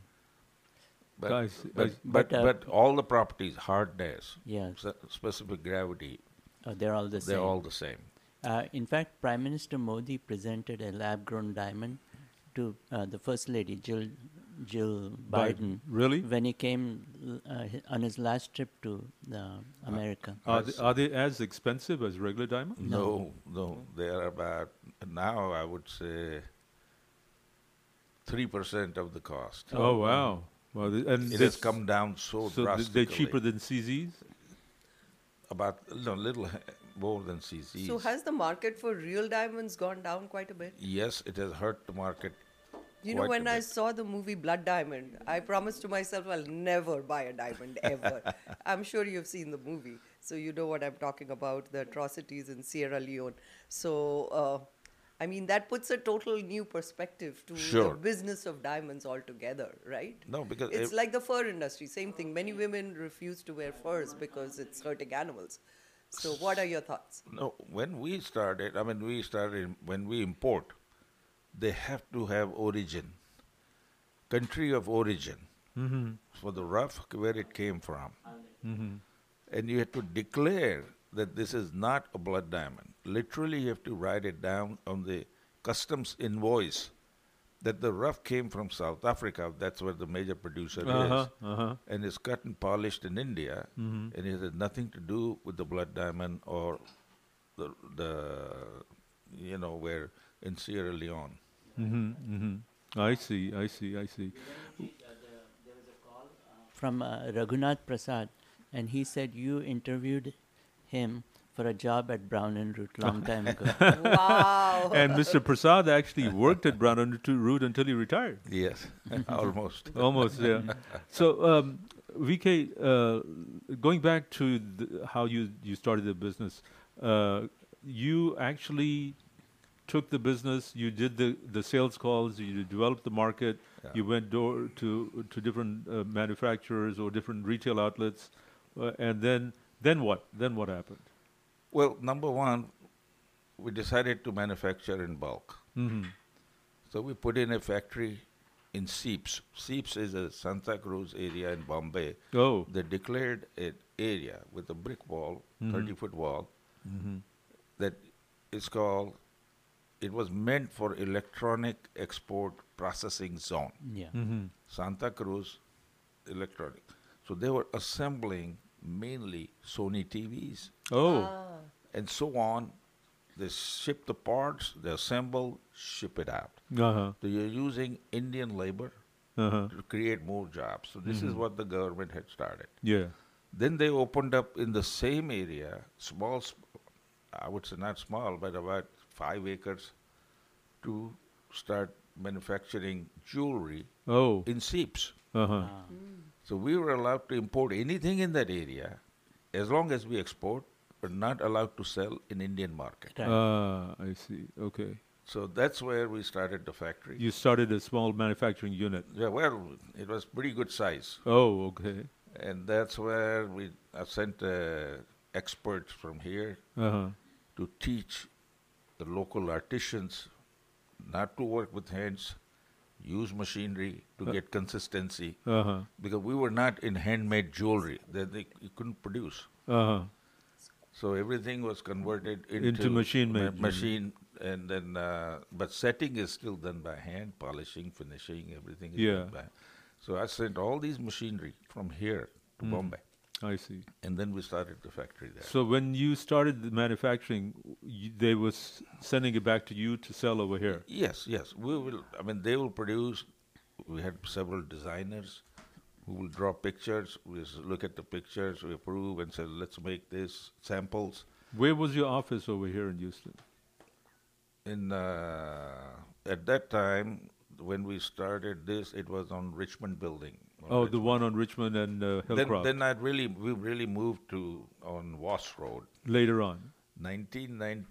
G: But,
B: I see, I
G: but,
B: see.
G: but,
C: But, uh,
G: but all the properties, hardness,
C: Yeah.
G: s- specific gravity,
C: Oh, they're all the
G: they're
C: same.
G: all the same.
C: Uh, in fact, Prime Minister Modi presented a lab-grown diamond to uh, the First Lady Jill Jill Biden.
B: Biden. Really?
C: When he came uh, hi- on his last trip to uh, America.
B: Are they, are they as expensive as regular diamonds?
G: No, no, they are about now. I would say three percent of the cost.
B: Oh, wow. Well, th- and
G: Mm-hmm. It has
B: that's-
G: come down
B: So
G: so,
B: th-
G: drastically.
B: they're cheaper than CZs.
G: about no little h- more than CC.
D: So has the market for real diamonds gone down quite a bit?
G: yes, it has hurt the market.
D: You know,
G: quite a
D: when I
G: bit.
D: saw the movie Blood Diamond, I promised to myself I'll never buy a diamond ever. I'm sure you've seen the movie, so you know what I'm talking about the atrocities in Sierra Leone. So, uh, I mean, that puts a total new perspective to
G: Sure.
D: the business of diamonds altogether, right?
G: No, because
D: it's
G: ev-
D: like the fur industry, same thing. Many women refuse to wear furs because it's hurting animals. So, what are your thoughts?
G: No, when we started, I mean, we started when we import, they have to have origin, country of origin for the rough where it came from, and you have to declare that this is not a blood diamond. Literally, you have to write it down on the customs invoice that the rough came from South Africa. That's where the major producer
B: Uh-huh,
G: is and is cut and polished in India, and it has nothing to do with the blood diamond or the the you know where in Sierra Leone. Mm-hmm.
B: Mm-hmm. I see, I see, I see.
C: From uh, Raghunath Prasad, and he said you interviewed him for a job at Brown and Root long time ago.
D: Wow.
B: And Mr. Prasad actually worked at Brown and Root- Root until he retired.
G: Yes, almost.
B: Almost, yeah. So, um, VK, uh, going back to the, how you, you started the business, uh, you actually took the business, you did the, the sales calls, you developed the market,
G: Yeah.
B: you went door to, to different uh, manufacturers or different retail outlets, uh, and then, then what? Then what happened?
G: Well, number one, we decided to manufacture in bulk. So we put in a factory in Seeps. Seeps is a Santa Cruz area in Bombay.
B: Oh,
G: They declared an area with a brick wall, 30 foot wall, that is called, it was meant for electronic export processing zone.
C: yeah.
G: Santa Cruz electronic. So they were assembling mainly Sony TVs
B: oh,
G: and so on. They ship the parts, they assemble, ship it out.
B: uh-huh,
G: So you're using Indian labor
B: uh-huh,
G: to create more jobs. So this is what the government had started.
B: yeah,
G: Then they opened up in the same area, small, sp- I would say not small, but about five acres to start manufacturing jewelry
B: Oh,
G: in seeps.
B: uh-huh.
G: So we were allowed to import anything in that area as long as we export, but not allowed to sell in Indian market.
C: Right.
B: Ah, I see. Okay.
G: So that's where we started the factory.
B: You started a small manufacturing unit.
G: Yeah, well, it was pretty good size.
B: Oh, okay.
G: And that's where we I sent uh, experts from here
B: Uh-huh.
G: to teach the local artisans not to work with hands, use machinery to get consistency.
B: Uh. Uh-huh.
G: Because we were not in handmade jewelry that they you couldn't produce.
B: Uh-huh.
G: So everything was converted into,
B: Into machine-made jewelry.
G: machine, and then uh, but setting is still done by hand, polishing, finishing, everything. Is
B: Yeah.
G: Done by. So I sent all these machinery from here to Bombay,
B: I see.
G: and then we started the factory there.
B: So when you started the manufacturing, you, they was sending it back to you to sell over here.
G: Yes, yes. We will. I mean, they will produce. We had several designers who will draw pictures. We s- look at the pictures, we approve, and say, "Let's make this samples."
B: Where was your office over here in Houston?
G: In uh, at that time when we started this, it was on Richmond Building. on
B: Oh, the one
G: Richmond.
B: on Richmond and uh, Hillcroft.
G: Then, then I really we really moved to on Wass Road.
B: later on,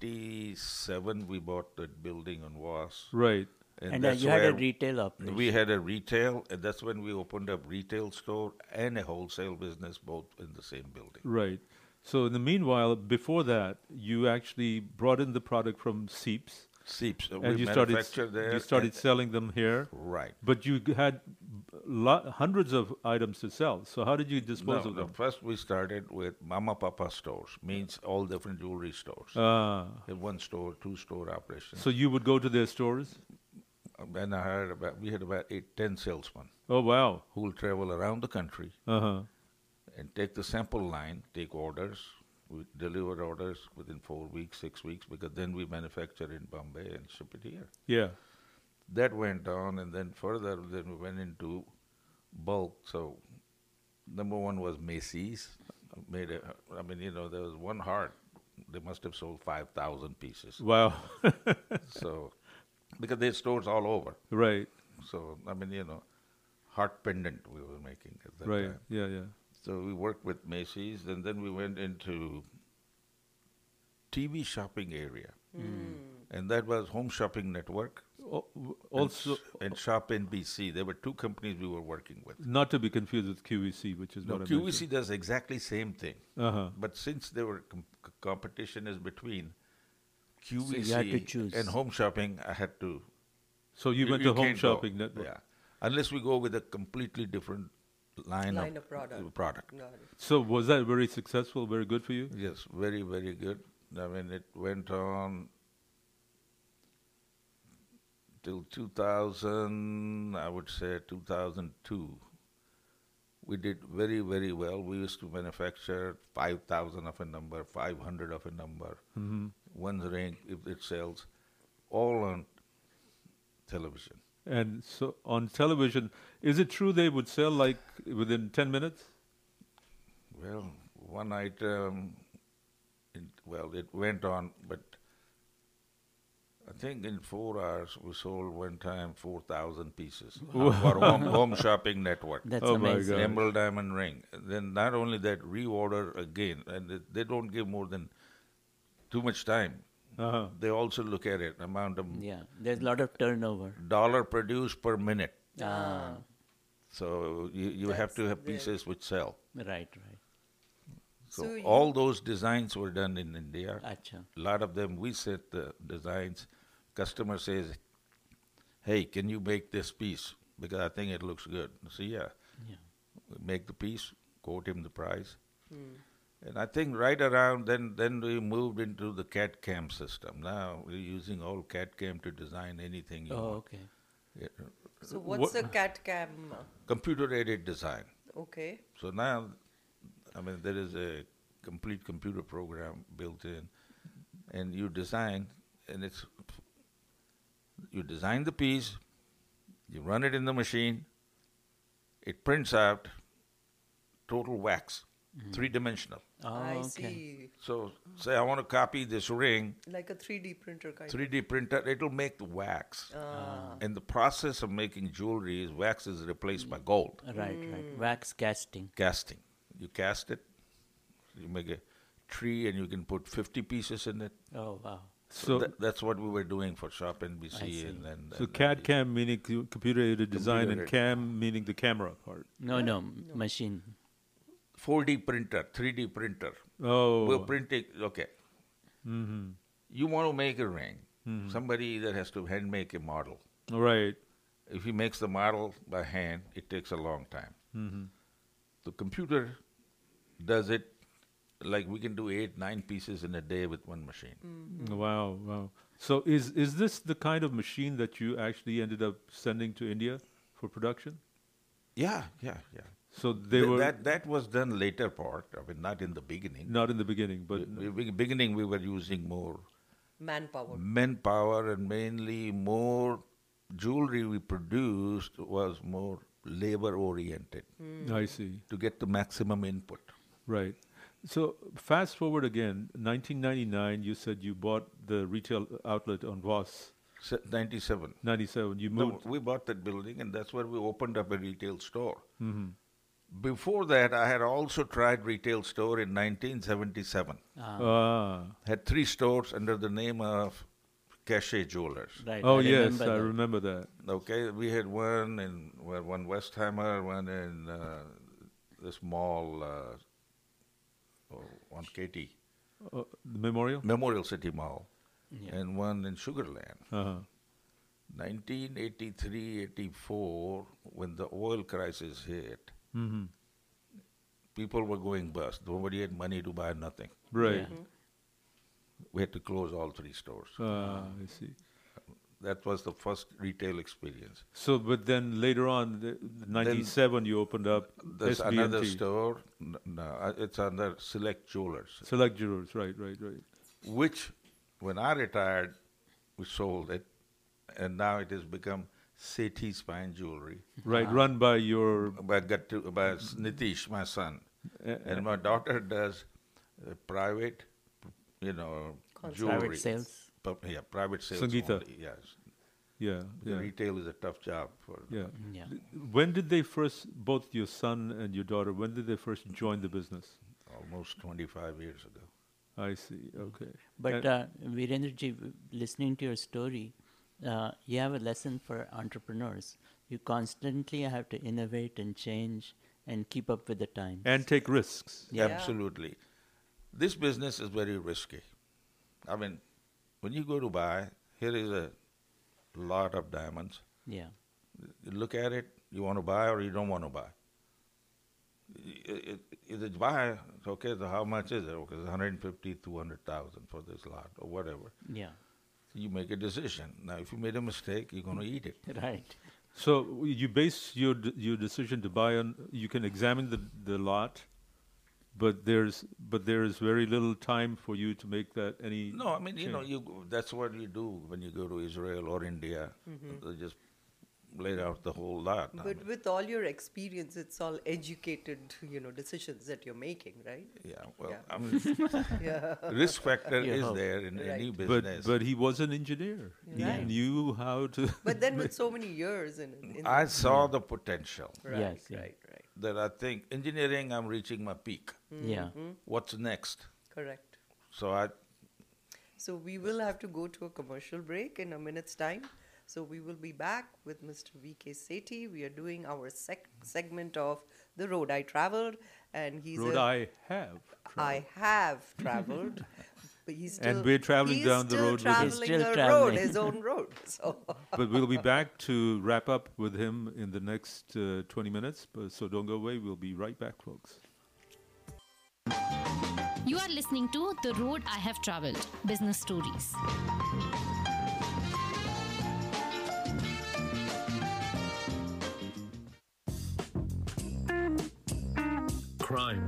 G: 1997, we bought that building on Wass,
B: right?
C: and uh,
G: that's
C: you had a
G: where-
C: retail operation.
G: We had a retail, and that's when we opened up retail store and a wholesale business both in the same building.
B: Right. So in the meanwhile, before that, you actually brought in the product from Seeps,
G: Seeps, uh,
B: and
G: we
B: you started s-
G: manufactured there.
B: you started
G: and-
B: selling them here.
G: right.
B: But you g- had lo- hundreds of items to sell. So how did you dispose
G: No,
B: of
G: no,
B: them?
G: first we started with Mama Papa stores, means all different jewelry stores.
B: Ah,
G: Uh, one store, two store operation.
B: so you would go to their stores.
G: and I hired about we had about eight, ten salesmen
B: Oh wow.
G: who will travel around the country
B: Uh huh.
G: and take the sample line, take orders. We deliver orders within four weeks, six weeks, because then we manufacture in Bombay and ship it here.
B: Yeah.
G: that went on and then further then we went into bulk so number one was macy's made a, i mean you know there was one heart they must have sold 5000 pieces
B: Wow.
G: so because they had stores all over
B: right.
G: so i mean you know heart pendant we were making at that
B: Right.
G: time
B: Yeah. Yeah.
G: so we worked with macy's and then we went into tv shopping area and that was home shopping network
B: Al- w-
G: and
B: Also, uh,
G: s- and Shop NBC. There were two companies we were working with.
B: not to be confused with QVC, which is
G: No, E
B: what I
G: QVC does exactly same thing,
B: Uh-huh.
G: but since there were com- c- competition is between
C: to
G: QVC
C: choose.
G: and Home Shopping, I had to.
B: So you, went to Home
G: can't go.
B: Shopping Network.
G: Yeah, unless we go with a completely different line,
D: Line
G: of,
D: of product.
G: uh, product.
D: Got it.
B: So was that very successful, very good for you?
G: Yes, very very good. I mean, it went on till 2000. I would say 2002. We did very very well. We used to manufacture 5,000 of a number, 500 of a number, one ring if it sells, all on television.
B: And so on television, is it true they would sell like within 10 minutes?
G: Well, one item, it, well, it went on, but I think in four hours we sold one time 4,000 pieces for home, home shopping network.
C: That's
B: Oh my
C: amazing.
B: God.
G: Emerald diamond ring. Then not only that, reorder again, and th- they don't give more than too much time.
B: Uh-huh.
G: They also look at it amount of
C: Yeah, there's a lot of turnover.
G: dollar produced per minute.
C: Ah,
G: So you, you have to have pieces which sell.
C: right, right.
G: So,
D: So you-
G: all those designs were done in India.
C: Acha.
G: A lot of them we set the designs. Customer says, "Hey, can you make this piece? Because I think it looks good." So yeah,
C: Yeah.
G: we make the piece, quote him the price, and I think right around then, then we moved into the CAD CAM system. Now we're using all CAD CAM to design anything you
C: Oh,
G: want.
C: okay.
G: Yeah,
D: So what's a cat cam?
G: Computer aided design.
D: Okay.
G: So now, I mean, there is a complete computer program built in, and you design, and it's you design the piece, you run it in the machine, it prints out total wax three dimensional.
C: Oh,
D: I
C: okay.
D: see.
G: So say I want to copy this ring,
D: Like a 3D printer kind of.
G: 3D printer, it'll make the wax. And the process of making jewelry is wax is replaced by gold
C: Right,
D: Hmm.
C: right. Wax casting.
G: casting. You cast it, you make a tree, and you can put 50 pieces in it.
C: Oh, wow.
G: So,
B: So-
G: tha- that's what we were doing for Shop NBC,
C: see.
G: and then
B: So CAD CAM meaning cu- computer aided design
G: Computer-aided.
B: and CAM meaning the camera part.
C: No, no, m- machine.
G: 4D printer, 3D printer.
B: Oh, Mm-hmm.
G: We're printing. Okay. You want to make a ring. Somebody either has to hand make a model.
B: all right.
G: If he makes the model by hand, it takes a long time.
B: Mm-hmm.
G: The computer does it like we can do eight, nine pieces in a day with one machine.
B: Mm. Wow, wow. So is is this the kind of machine that you actually ended up sending to India for production?
G: Yeah, yeah, yeah.
B: So they
G: Th-
B: were
G: that that was done later part. I mean, not in the beginning.
B: not in the beginning, but
G: We- we- beginning we were using more
D: Manpower.
G: manpower and mainly more jewelry we produced was more labor oriented
B: Mm, I see.
G: to get the maximum input.
B: Right. So fast forward again, 1999. You said you bought the retail outlet on Voss.
G: Se- 97.
B: 97. You
G: No,
B: moved.
G: we bought that building and that's where we opened up a retail store.
B: Mm-hmm.
G: Before that, I had also tried retail store in 1977.
B: Ah.
G: Had three stores under the name of Cachet Jewelers.
C: Right.
B: Oh
C: I
B: yes, I
C: that.
B: remember that.
G: Okay, we had one in well, one Westheimer, one in uh, this mall uh, oh, on KT
B: Uh, the memorial.
G: Memorial City Mall,
C: Yeah.
G: and one in Sugarland.
B: Uh-huh.
G: 1983-84, when the oil crisis hit,
B: Mm-hmm.
G: people were going bust. Nobody had money to buy nothing.
B: Right.
D: Mm-hmm.
G: We had to close all three stores.
B: Ah, I see.
G: That was the first retail experience.
B: So, but then later on, the, the 97, you opened up
G: There's
B: SBNT.
G: another store. n- No, uh, it's under Select Jewelers.
B: Select jurors, right, right, right.
C: Ah.
G: which when I retired, we sold it, and now it has become Sethi Spine Jewelry.
B: Right, run by your,
G: By, Gattu, by S- Nitish, my son, and my daughter does uh, private, you know, jewelry.
C: Private sales.
G: Pub- yeah, private sales.
B: Sangeeta.
G: only, yes,
B: yeah, yeah,
G: retail is a tough job for.
B: yeah.
C: Yeah.
B: When did they first, both your son and your daughter, when did they first join the business?
G: Almost 25 years ago.
B: I see, okay.
C: But
B: And-
C: uh, Virendraji, w- listening to your story, uh, you have a lesson for entrepreneurs. You constantly have to innovate and change and keep up with the times.
B: and take risks.
C: Yeah.
G: Absolutely. This business is very risky. I mean, when you go to buy, here is a lot of diamonds.
C: yeah,
G: You look at it, you want to buy or you don't want to buy. It, it, it is buy, okay, so how much is it? Okay, it's 150, 200,000 for this lot or whatever.
C: yeah,
G: You make a decision. Now, if you made a mistake, you're going to eat it.
C: right.
B: So you base your d- your decision to buy on. You can examine the the lot, but there's but there is very little time for you to make that any.
G: No, I mean, you know,
B: change.
G: you go- that's what you do when you go to Israel or India. They just laid out the whole lot. I mean,
D: But with all your experience, it's all educated, you know, decisions that you're making, right?
G: Yeah, well,
D: Yeah.
G: I mean,
D: Yeah.
G: risk factor
C: You
G: is
C: hope.
G: there in any
D: Right.
B: But
G: business.
B: but he was an engineer. He
D: Right.
B: knew how to.
D: But then with so many years in, in
G: I saw the potential
D: right,
C: Yes, yeah.
D: right, right,
G: that I think engineering, I'm reaching my peak.
C: Yeah,
D: Mm-hmm.
G: What's next?
D: correct.
G: So I,
D: So we will have to go to a commercial break in a minute's time. So we will be back with Mr. V.K. Sethi. We are doing our sec- segment of the road I traveled, and he's
B: road
D: a,
B: I have.
D: I have traveled. But he's still,
B: And we're traveling
D: he's
B: down the
D: still
B: road with Uh, him.
D: Traveling
C: He's still
D: the road,
C: traveling.
D: his own road. So
B: But we'll be back to wrap up with him in the next uh, 20 minutes. But, so don't go away. We'll be right back, folks.
F: You are listening to The Road I Have Traveled Business Stories.
E: Crime,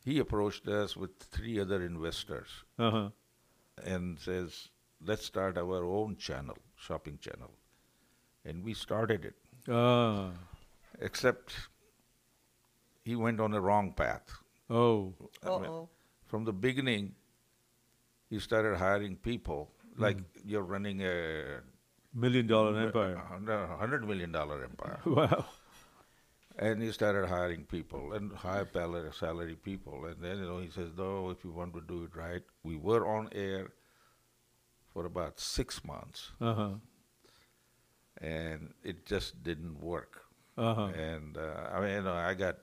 G: He approached us with three other investors
B: Uh huh.
G: and says, let's start our own channel, shopping channel. And we started it,
B: Ah.
G: except he went on the wrong path.
B: Oh.
G: I mean,
D: Uh-oh.
G: From the beginning, he started hiring people like you're running a
B: Million dollar empire.
G: hundred million dollar empire.
B: Wow.
G: And he started hiring people and high salary, salary people. And then, you know, he says, no, if you want to do it right, we were on air for about six months
B: Uh huh.
G: and it just didn't work.
B: Uh huh.
G: And uh, I mean, you know, I got,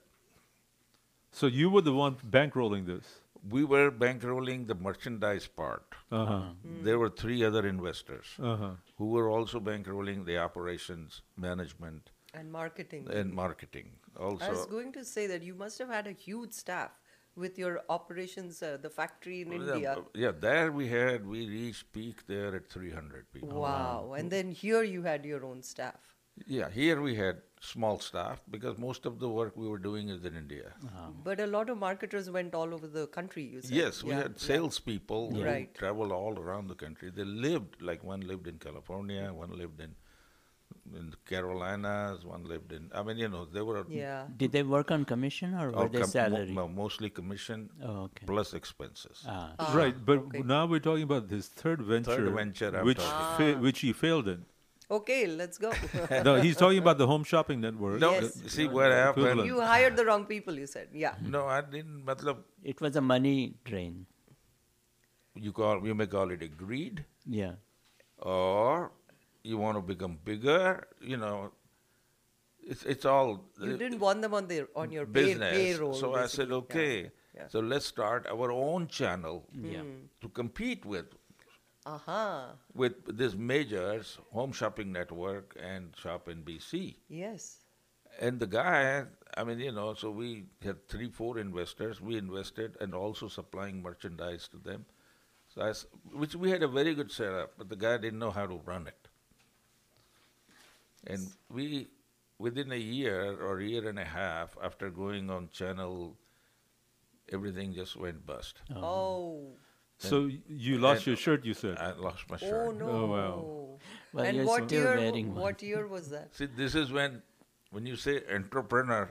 B: So you were the one bankrolling this.
G: we were bankrolling the merchandise part.
B: Uh huh.
D: Hmm.
G: There were three other investors
B: Uh huh.
G: who were also bankrolling the operations, management,
D: And marketing.
G: and marketing. Also,
D: I was going to say that you must have had a huge staff with your operations, uh, the factory in
G: Well, yeah,
D: India.
G: uh, Yeah, there we had, we reached peak there at 300
C: Oh,
G: people.
D: Wow. And then here you had your own staff.
G: Yeah, here we had small staff because most of the work we were doing is in India.
C: Uh-huh. Ah.
D: But a lot of marketers went all over the country, you said.
G: Yes, we
D: Yeah,
G: had
D: yeah.
G: salespeople who
D: Right.
G: traveled all around the country. They lived, like one lived in California, one lived in in the Carolinas, one lived in, I mean, you know, they were
D: Yeah.
C: did they work on commission or
G: all
B: Oh,
C: were they
G: com- mo-
C: salary?
G: mo- mostly commission
C: Oh, okay.
G: plus expenses.
C: Ah,
B: right, but
D: Uh-huh. okay.
B: now we're talking about this third venture,
G: venture I'm
B: which
G: talking
B: fa- which he failed in.
D: Okay, let's go.
B: no, he's talking about the home shopping network.
G: No,
D: Yes.
G: see what happened?
D: you hired the wrong people, you said. Yeah.
G: no, I didn't, matlab,
C: it was a money drain.
G: you call, you may call it a greed.
C: Yeah.
G: or you want to become bigger, you know, it's it's all
D: You
G: uh,
D: didn't want them on their on your pay,
G: business.
D: payroll.
G: so I said,
D: basically.
G: okay,
D: Yeah. Hmm.
G: so let's start our own channel
C: Yeah.
G: to compete with
D: Yeah. Aha.
G: with these majors, Home Shopping Network and Shop NBC.
D: Yes.
G: And the guy, I mean, you know, so we had three, four investors. We invested and also supplying merchandise to them. So I, s- which we had a very good setup, but the guy didn't know how to run it. And we, within a year or year and a half after going on channel, everything just went bust.
D: Oh.
B: So y- you lost
G: and-
B: your shirt, you said.
G: I lost my shirt.
D: Oh no.
B: wow.
C: Well,
D: and
C: you're
D: what
C: still
D: year?
C: wearing one.
D: What year was that?
G: See, this is when, when you say entrepreneur,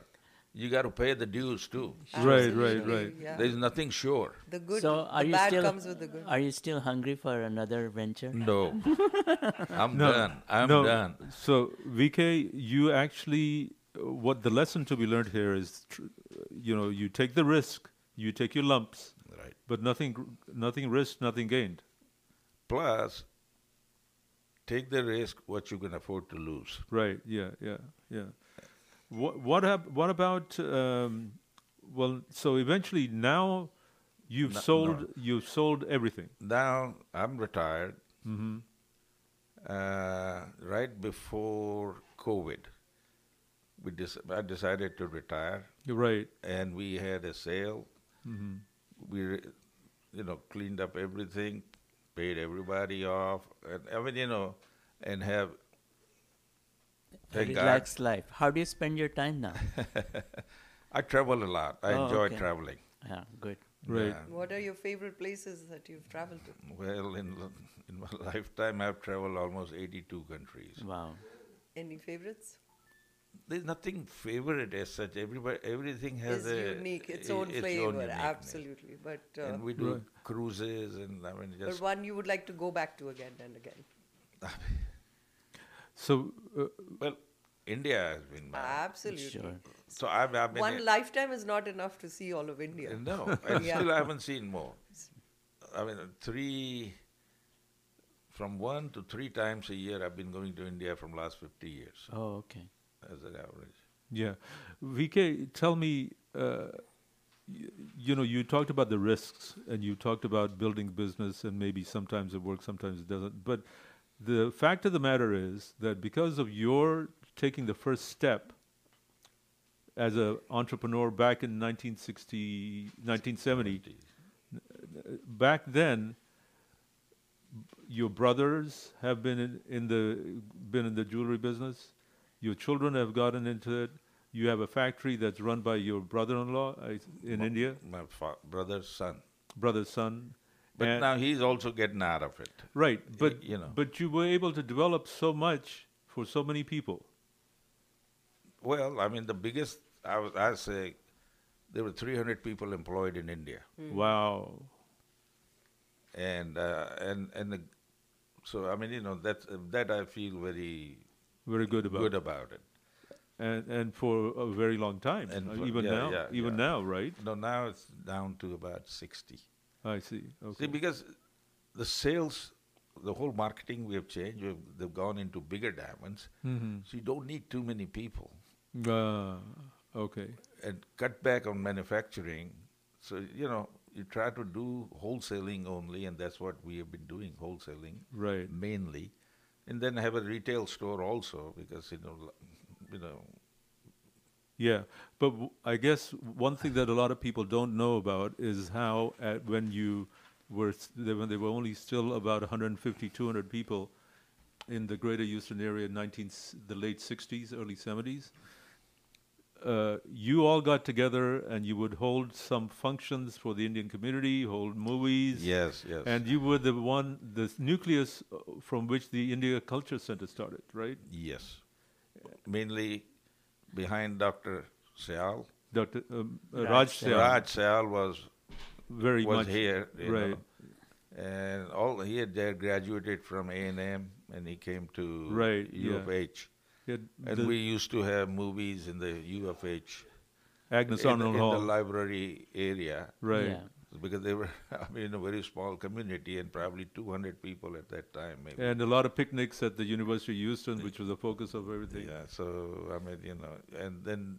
G: you got to pay the dues too.
B: Right, right,
D: Absolutely,
B: right.
D: Yeah.
G: There's nothing sure.
D: The good.
C: so are
D: the
C: you
D: bad
C: still
D: comes with the good.
C: are you still hungry for another venture?
G: No. I'm
B: No,
G: done. I'm
B: no.
G: done.
B: So VK, you actually uh, what the lesson to be learned here is, tr- you know, you take the risk, you take your lumps,
G: Right.
B: but nothing, gr- nothing risked, nothing gained.
G: Plus, take the risk what you can afford to lose.
B: Right. Yeah. Yeah. Yeah. What what, ab- what about? Um, well, so eventually now, you've
G: No,
B: sold
G: no.
B: you've sold everything.
G: Now I'm retired. Uh, right before COVID, we dec- I decided to retire,
B: You're right.
G: and we had a sale. We, re- you know, cleaned up everything, paid everybody off, and I mean, you know, and have.
C: A
G: Thank God,
C: relaxed life. How do you spend your time now?
G: I travel a lot. I
C: Oh,
G: enjoy
C: okay.
G: traveling.
C: yeah, good.
B: Right.
G: Yeah.
D: What are your favorite places that you've traveled to?
G: Well, in l- in my lifetime, I've traveled almost 82 countries.
C: Wow.
D: Any favorites?
G: There's nothing favorite as such. Everybody, everything has
D: It's
G: a
D: unique, its
G: i-
D: own flavor,
G: uniqueness.
D: absolutely. But uh,
G: And we do cruises, and I mean,
D: but
G: just
D: one you would like to go back to again and again.
B: So uh,
G: well, India has been my.
D: Absolutely.
C: Sure.
G: so I've, I've been
D: Ah, One
G: a-
D: lifetime is not enough to see all of India.
G: No, and
D: Yeah.
G: still I haven't seen more. I mean, three from one to three times a year. I've been going to India from last 50 years
C: Oh, okay.
G: as an average.
B: yeah, VK, tell me. Uh, y- you know, you talked about the risks, and you talked about building business, and maybe sometimes it works, sometimes it doesn't. But the fact of the matter is that because of your taking the first step as an entrepreneur back in 1960, 1970, back then your brothers have been in, in the been in the jewelry business your children have gotten into it you have a factory that's run by your brother-in-law I- in india
G: My fa- brother's son.
B: brother son
G: But
B: And-
G: now he's also getting out of it.
B: right but
G: you know.
B: but you were able to develop so much for so many people
G: Well, I mean, the biggest, I, was, I say, there were 300 people employed in India.
B: wow
G: And, uh, and, and the, so, I mean, you know, that, that I feel very
B: very good about
G: good about it.
B: and and for a very long time
G: And
B: uh,
G: for-
B: even
G: yeah,
B: now
G: yeah,
B: even
G: yeah.
B: now right
G: No, now it's down to about 60.
B: i see okay
G: Mm-hmm. See, because the sales, the whole marketing we have changed, we've, they've gone into bigger diamonds.
B: Mm-hmm.
G: So you don't need too many people.
B: Ah, okay
G: and cut back on manufacturing. So, you know, you try to do wholesaling only, and that's what we have been doing wholesaling
B: Right.
G: mainly. And then have a retail store also because, you know, l- you know,
B: Yeah, but w- I guess one thing that a lot of people don't know about is how at, when you were s- they- when they were only still about 150, 200 people in the greater Houston area in 19 s- the late 60s, early 70s. Uh, you all got together and you would hold some functions for the Indian community, hold movies.
G: Yes, yes.
B: And you were the one, the s- nucleus uh, from which the India Culture Center started, right,
G: yes. Mainly behind Dr. Seal.
B: Doctor um, uh,
C: Raj
B: Raj?
C: Seth.
B: Seth,
G: Raj Seal was,
B: very
G: was
B: much
G: here. you
B: right?
G: know. And all he had there graduated from A&M and he came to
B: Right,
G: U of
B: yeah.
G: H.
B: Yeah,
G: And
B: the
G: we used to have movies in the U of H.
B: Agnes
G: in, the-
B: Arnold
G: in
B: Hall,
G: the library area.
B: right?
C: Yeah.
G: Because they were, I mean, a very small community and probably 200 people at that time, maybe.
B: And a lot of picnics at the University of Houston, which was the focus of everything.
G: Yeah, so, I mean, you know, and then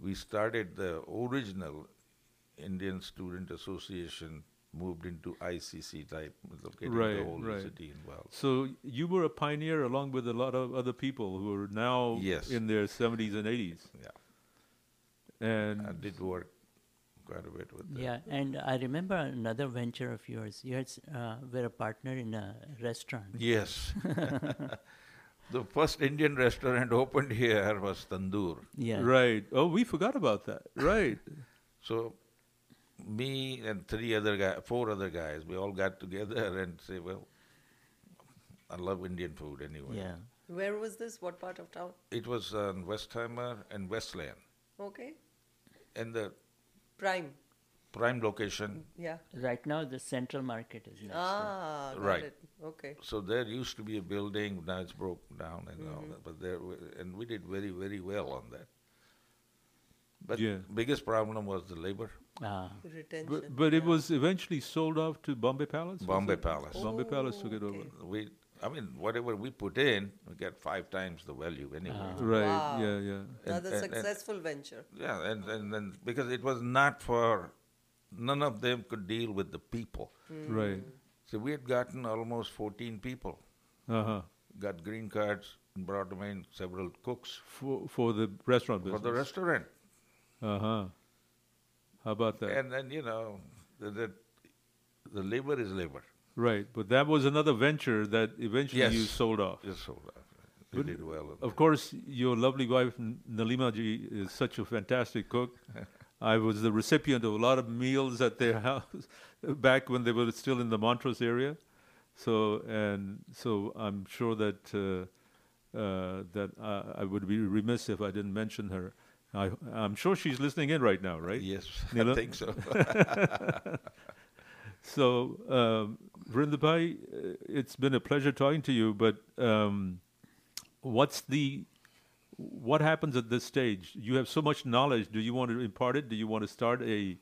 G: we started the original Indian Student Association, moved into ICC type, of getting the
B: Right,
G: whole
B: right.
G: city involved.
B: So you were a pioneer along with a lot of other people who are now
G: Yes.
B: in their 70s and 80s.
G: Yeah,
B: And
G: I did work quite a bit with them.
C: Mm. Yeah, and I remember another venture of yours. You had, s- uh, were a partner in a restaurant.
G: Yes. the first Indian restaurant opened here was Tandoor.
C: Yeah.
B: right, oh, we forgot about that. Right,
G: So me and three other guy, four other guys, we all got together and say, well, I love Indian food anyway.
C: Yeah.
D: Where was this? What part of town?
G: It was on Westheimer and Westland,
D: Okay.
G: and the
D: Prime.
G: prime location.
D: Yeah.
C: Right now, the central market is next.
D: Ah, got
G: Right.
D: it. Okay.
G: So there used to be a building. Now it's broke down and all that. But there, wa- and we did very, very well on that. But
B: Yeah.
G: biggest problem was the labor.
C: Ah,
D: Retention.
B: But, but it was eventually sold off to Bombay Palace? was
G: Bombay
B: it?
G: Palace.
B: Bombay Palace took it over.
G: We, I mean, whatever we put in, we get five times the value anyway.
B: Right,
D: Wow.
B: yeah, yeah.
G: And-
D: Another
G: and- and-
D: successful venture.
G: Yeah, and, and and because it was not for, none of them could deal with the people.
B: Mm. Right.
G: So we had gotten almost 14 people,
B: Uh huh.
G: got green cards, and brought them in several cooks
B: For, for the restaurant
G: for
B: business.
G: the restaurant.
B: Uh huh. How about that?
G: And then, you know, the, the, the labor is labor.
B: right, but that was another venture that eventually you
G: Yes.
B: sold off.
G: It's so we
B: But
G: did well.
B: Of course, your lovely wife N- Nalima ji is such a fantastic cook. I was the recipient of a lot of meals at their house back when they were still in the Montrose area. So and so, I'm sure that uh, uh, that I, I would be remiss if I didn't mention her. I, I'm sure she's listening in right now, right?
G: Yes,
B: Nila?
G: I think so.
B: So, um, Vrindabhai, uh, it's been a pleasure talking to you. But um, what's the what happens at this stage? You have so much knowledge. Do you want to impart it? Do you want to start a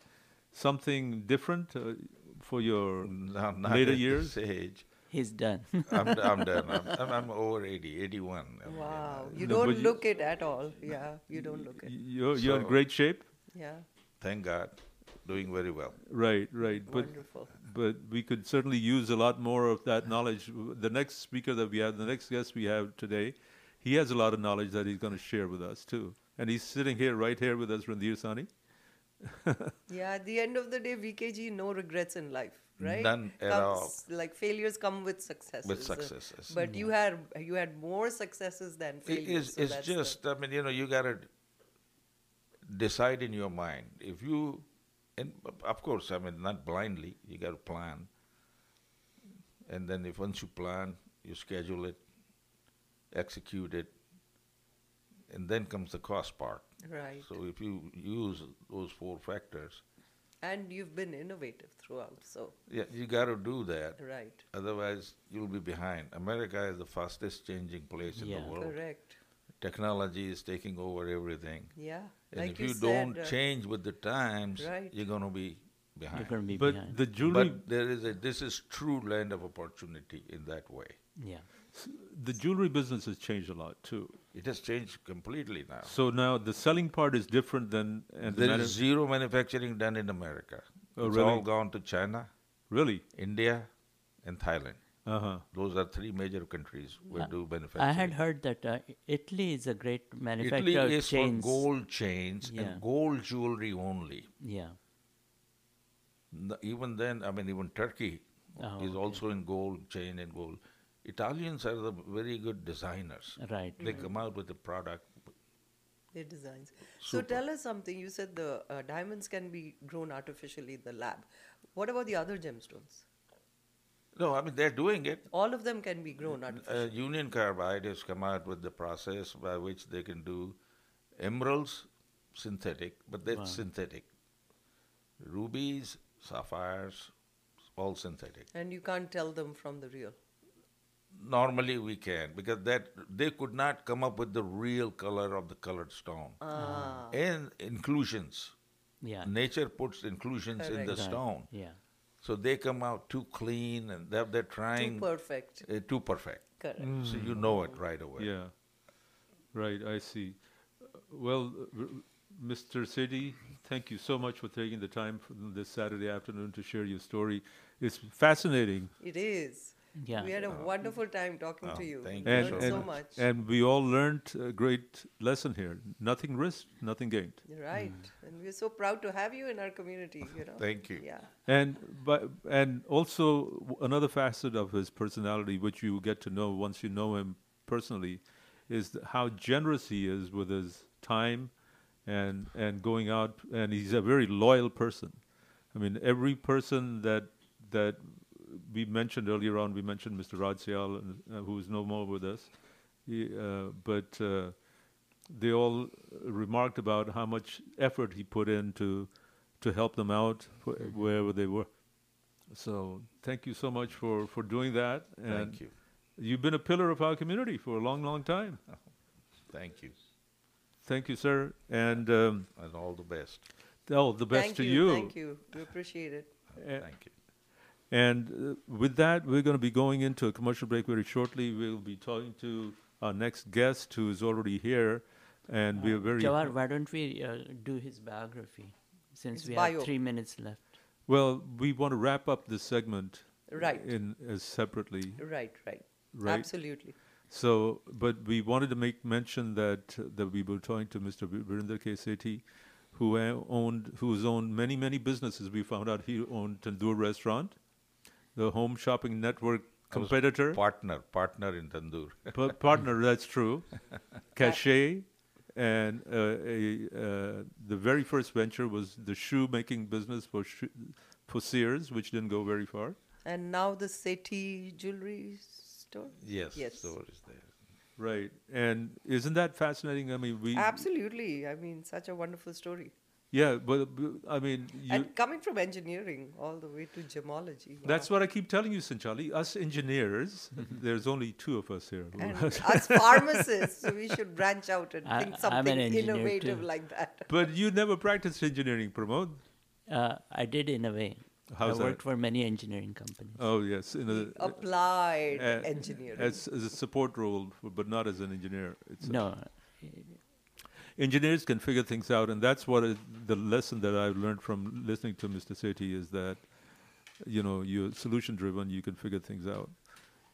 B: something different uh, for your
G: No, not
B: later
G: at
B: years?
G: This age.
C: he's done.
G: I'm, d- I'm done. I'm, I'm, I'm over 80, 81. I mean, you
D: Wow.
G: know.
D: You
B: No, but
D: don't
B: you-
D: look it at all. Yeah. You don't look it.
B: You're, you're in
G: So-
B: great shape.
D: Yeah.
G: Thank God. Doing very well.
B: Right, right. But
D: Wonderful.
B: but we could certainly use a lot more of that knowledge. W- The next speaker that we have, the next guest we have today, he has a lot of knowledge that he's going to share with us too. And he's sitting here, right here with us, Randhir Sani.
D: Yeah. At the end of the day, VKG, no regrets in life, right?
G: None at
D: Comes- Like failures come with successes. uh,
G: successes. Mm.
D: But you had you had more successes than
G: It
D: failures.
G: is,
D: so
G: it's
D: that's the-
G: just, I mean, you know, you got to decide in your mind. If you, and of course, I mean, not blindly, you got to plan. And then if once you plan, you schedule it, execute it, and then comes the cost part.
D: Right.
G: So if you use those four factors,
D: and you've been innovative throughout. So
G: yeah, you got to do that.
D: right.
G: Otherwise, you'll be behind. America is the fastest changing place in
C: Yeah.
G: the world.
D: Correct.
G: Technology is taking over everything.
D: Yeah.
G: And
D: like
G: if you,
D: said,
G: don't
D: uh,
G: change with the times,
D: Right.
G: you're going to be
C: You're
G: behind.
C: going to be
B: But
C: behind.
B: the jewelry,
G: but there is a this is true land of opportunity in that way.
C: yeah.
B: the jewelry business has changed a lot too.
G: It has changed completely now.
B: So now the selling part is different than and the
G: there
B: matter-
G: is zero manufacturing done in America.
B: Oh,
G: it's
B: really?
G: all gone to China,
B: really.
G: India, and Thailand.
B: Uh huh.
G: Those are three major countries where
C: Uh,
G: do manufacturing.
C: I had heard that uh, Italy is a great
G: Italy
C: manufacturer of
G: is
C: chains.
G: for gold chains
C: Yeah.
G: and gold jewelry only.
C: Yeah.
G: N- Even then, I mean, even Turkey
C: Oh,
G: is
C: okay.
G: also in gold chain and gold. Italians are the very good designers.
C: Right.
G: They come out with the product.
D: their designs. So tell us something. You said the uh, diamonds can be grown artificially in the lab. What about the other gemstones?
G: No, I mean they're doing it.
D: All of them can be grown
G: Uh,
D: artificially.
G: Union Carbide has come out with the process by which they can do emeralds synthetic, but that's synthetic. Rubies, sapphires, all synthetic.
D: and you can't tell them from the real.
G: Normally we can because that they could not come up with the real color of the colored stone
D: Ah,
C: Oh.
G: and inclusions.
C: Yeah.
G: Nature puts inclusions in the
D: Correct.
G: stone,
C: Yeah.
G: so they come out too clean and they're, they're
D: Too
G: trying
D: perfect.
G: uh, too perfect.
D: Correct.
G: So you know it right away.
B: Yeah. Right. I see. Uh, Well, uh, r- Mr. Sethi, thank you so much for taking the time for this Saturday afternoon to share your story. It's fascinating.
D: It is.
C: Yeah.
D: We had a wonderful time talking to
G: Uh, oh,
D: you.
G: thank
D: We
G: you
B: and,
D: learned
G: so
D: so
B: and-
D: much.
B: and we all learned a great lesson here. Nothing risked, nothing gained.
D: right. And we're so proud to have you in our community, you know.
G: Thank you.
D: Yeah.
B: And but and also w- another facet of his personality, which you get to know once you know him personally, is th- how generous he is with his time, and and going out. And he's a very loyal person. I mean, every person that that we mentioned earlier on, we mentioned Mr. Rajyal, uh, who is no more with us, he, uh, but. Uh, they all remarked about how much effort he put in to to help them out wh- wherever they were. So thank you so much for for doing that. And
G: Thank you.
B: You've been a pillar of our community for a long, long time.
G: Thank you.
B: Thank you, sir. And um,
G: and all the best.
B: oh, the best
D: thank
B: to
D: you,
B: you.
D: Thank you. We appreciate it.
B: Eh.
G: Thank you.
B: And uh, with that, we're going to be going into a commercial break very shortly. We'll be talking to our next guest who is already here. And we are very
C: Jawar, why don't we uh, do his biography since
D: His
C: we
D: bio.
C: have three minutes left?
B: well, we want to wrap up this segment
D: Right.
B: in as separately.
D: Right, right.
B: Right.
D: Absolutely.
B: So, but we wanted to make mention that uh, that we were talking to Mr. Vi- Virinder K. Sethi, who uh, owned, who's owned many, many businesses. We found out he owned Tandoor Restaurant, the Home Shopping Network
G: I was
B: competitor,
G: Partner, partner in Tandoor.
B: Pa- partner. That's true. Cachet, and uh, a, uh, the very first venture was the shoemaking business for shoe, for Sears, which didn't go very far.
D: And now the Sethi jewelry store?
G: yes,
D: Yes.
G: store is there.
B: Right, and isn't that fascinating? I mean, we
D: Absolutely. I mean, such a wonderful story.
B: yeah, but but, I mean, you,
D: and coming from engineering all the way to gemology.
B: That's
D: wow.
B: what I keep telling you, Sanchali. Us engineers, there's only two of us here.
D: And us pharmacists, we should branch out and
C: I- I'm
D: think
C: an
D: something
C: engineer
D: innovative
C: too.
D: like that.
B: but you never practiced engineering, Pramod.
C: Uh, I did in a way.
B: How's
C: I worked
B: that?
C: for many engineering companies.
B: Oh yes, in a,
D: Applied
B: a-
D: engineering.
B: uh, as, as a support role, but not as an engineer. It's
C: no,
B: engineers can figure things out, and that's what is the lesson that I've learned from listening to Mr. Sethi is that, you know, you're solution driven, you can figure things out,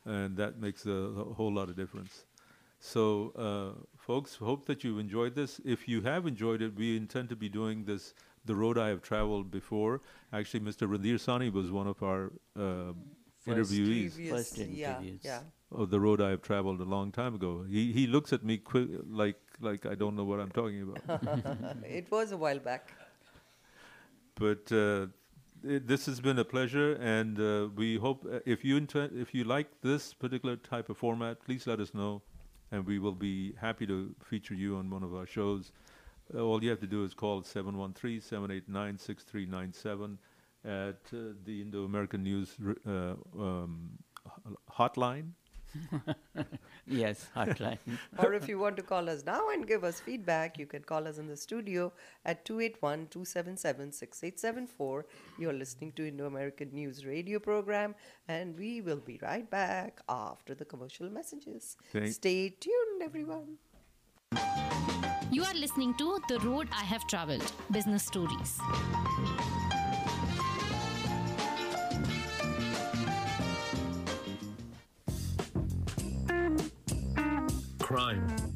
B: and that makes a, a whole lot of difference. So, uh, folks, hope that you've enjoyed this. If you have enjoyed it, we intend to be doing this. The road I have traveled before. Actually, Mr. Randir Sani was one of our uh,
C: First
B: interviewees
C: First
D: yeah,
C: interviews.
D: yeah.
B: of the road I have traveled a long time ago. He he looks at me qui- like like I don't know what I'm talking about.
D: It was a while back.
B: but uh, it, this has been a pleasure, and uh, we hope uh, if you inter- if you like this particular type of format, please let us know, and we will be happy to feature you on one of our shows. Uh, all you have to do is call 713-789-6397 at uh, the Indo-American News r- uh, um, h- hotline.
C: Yes, hotline.
D: Or if you want to call us now and give us feedback, you can call us in the studio at 281 277 6874. You're listening to Indo American News Radio program, and we will be right back after the commercial messages.
B: Thank-
D: Stay tuned, everyone.
F: You are listening to The Road I Have Traveled Business Stories.
E: Crime,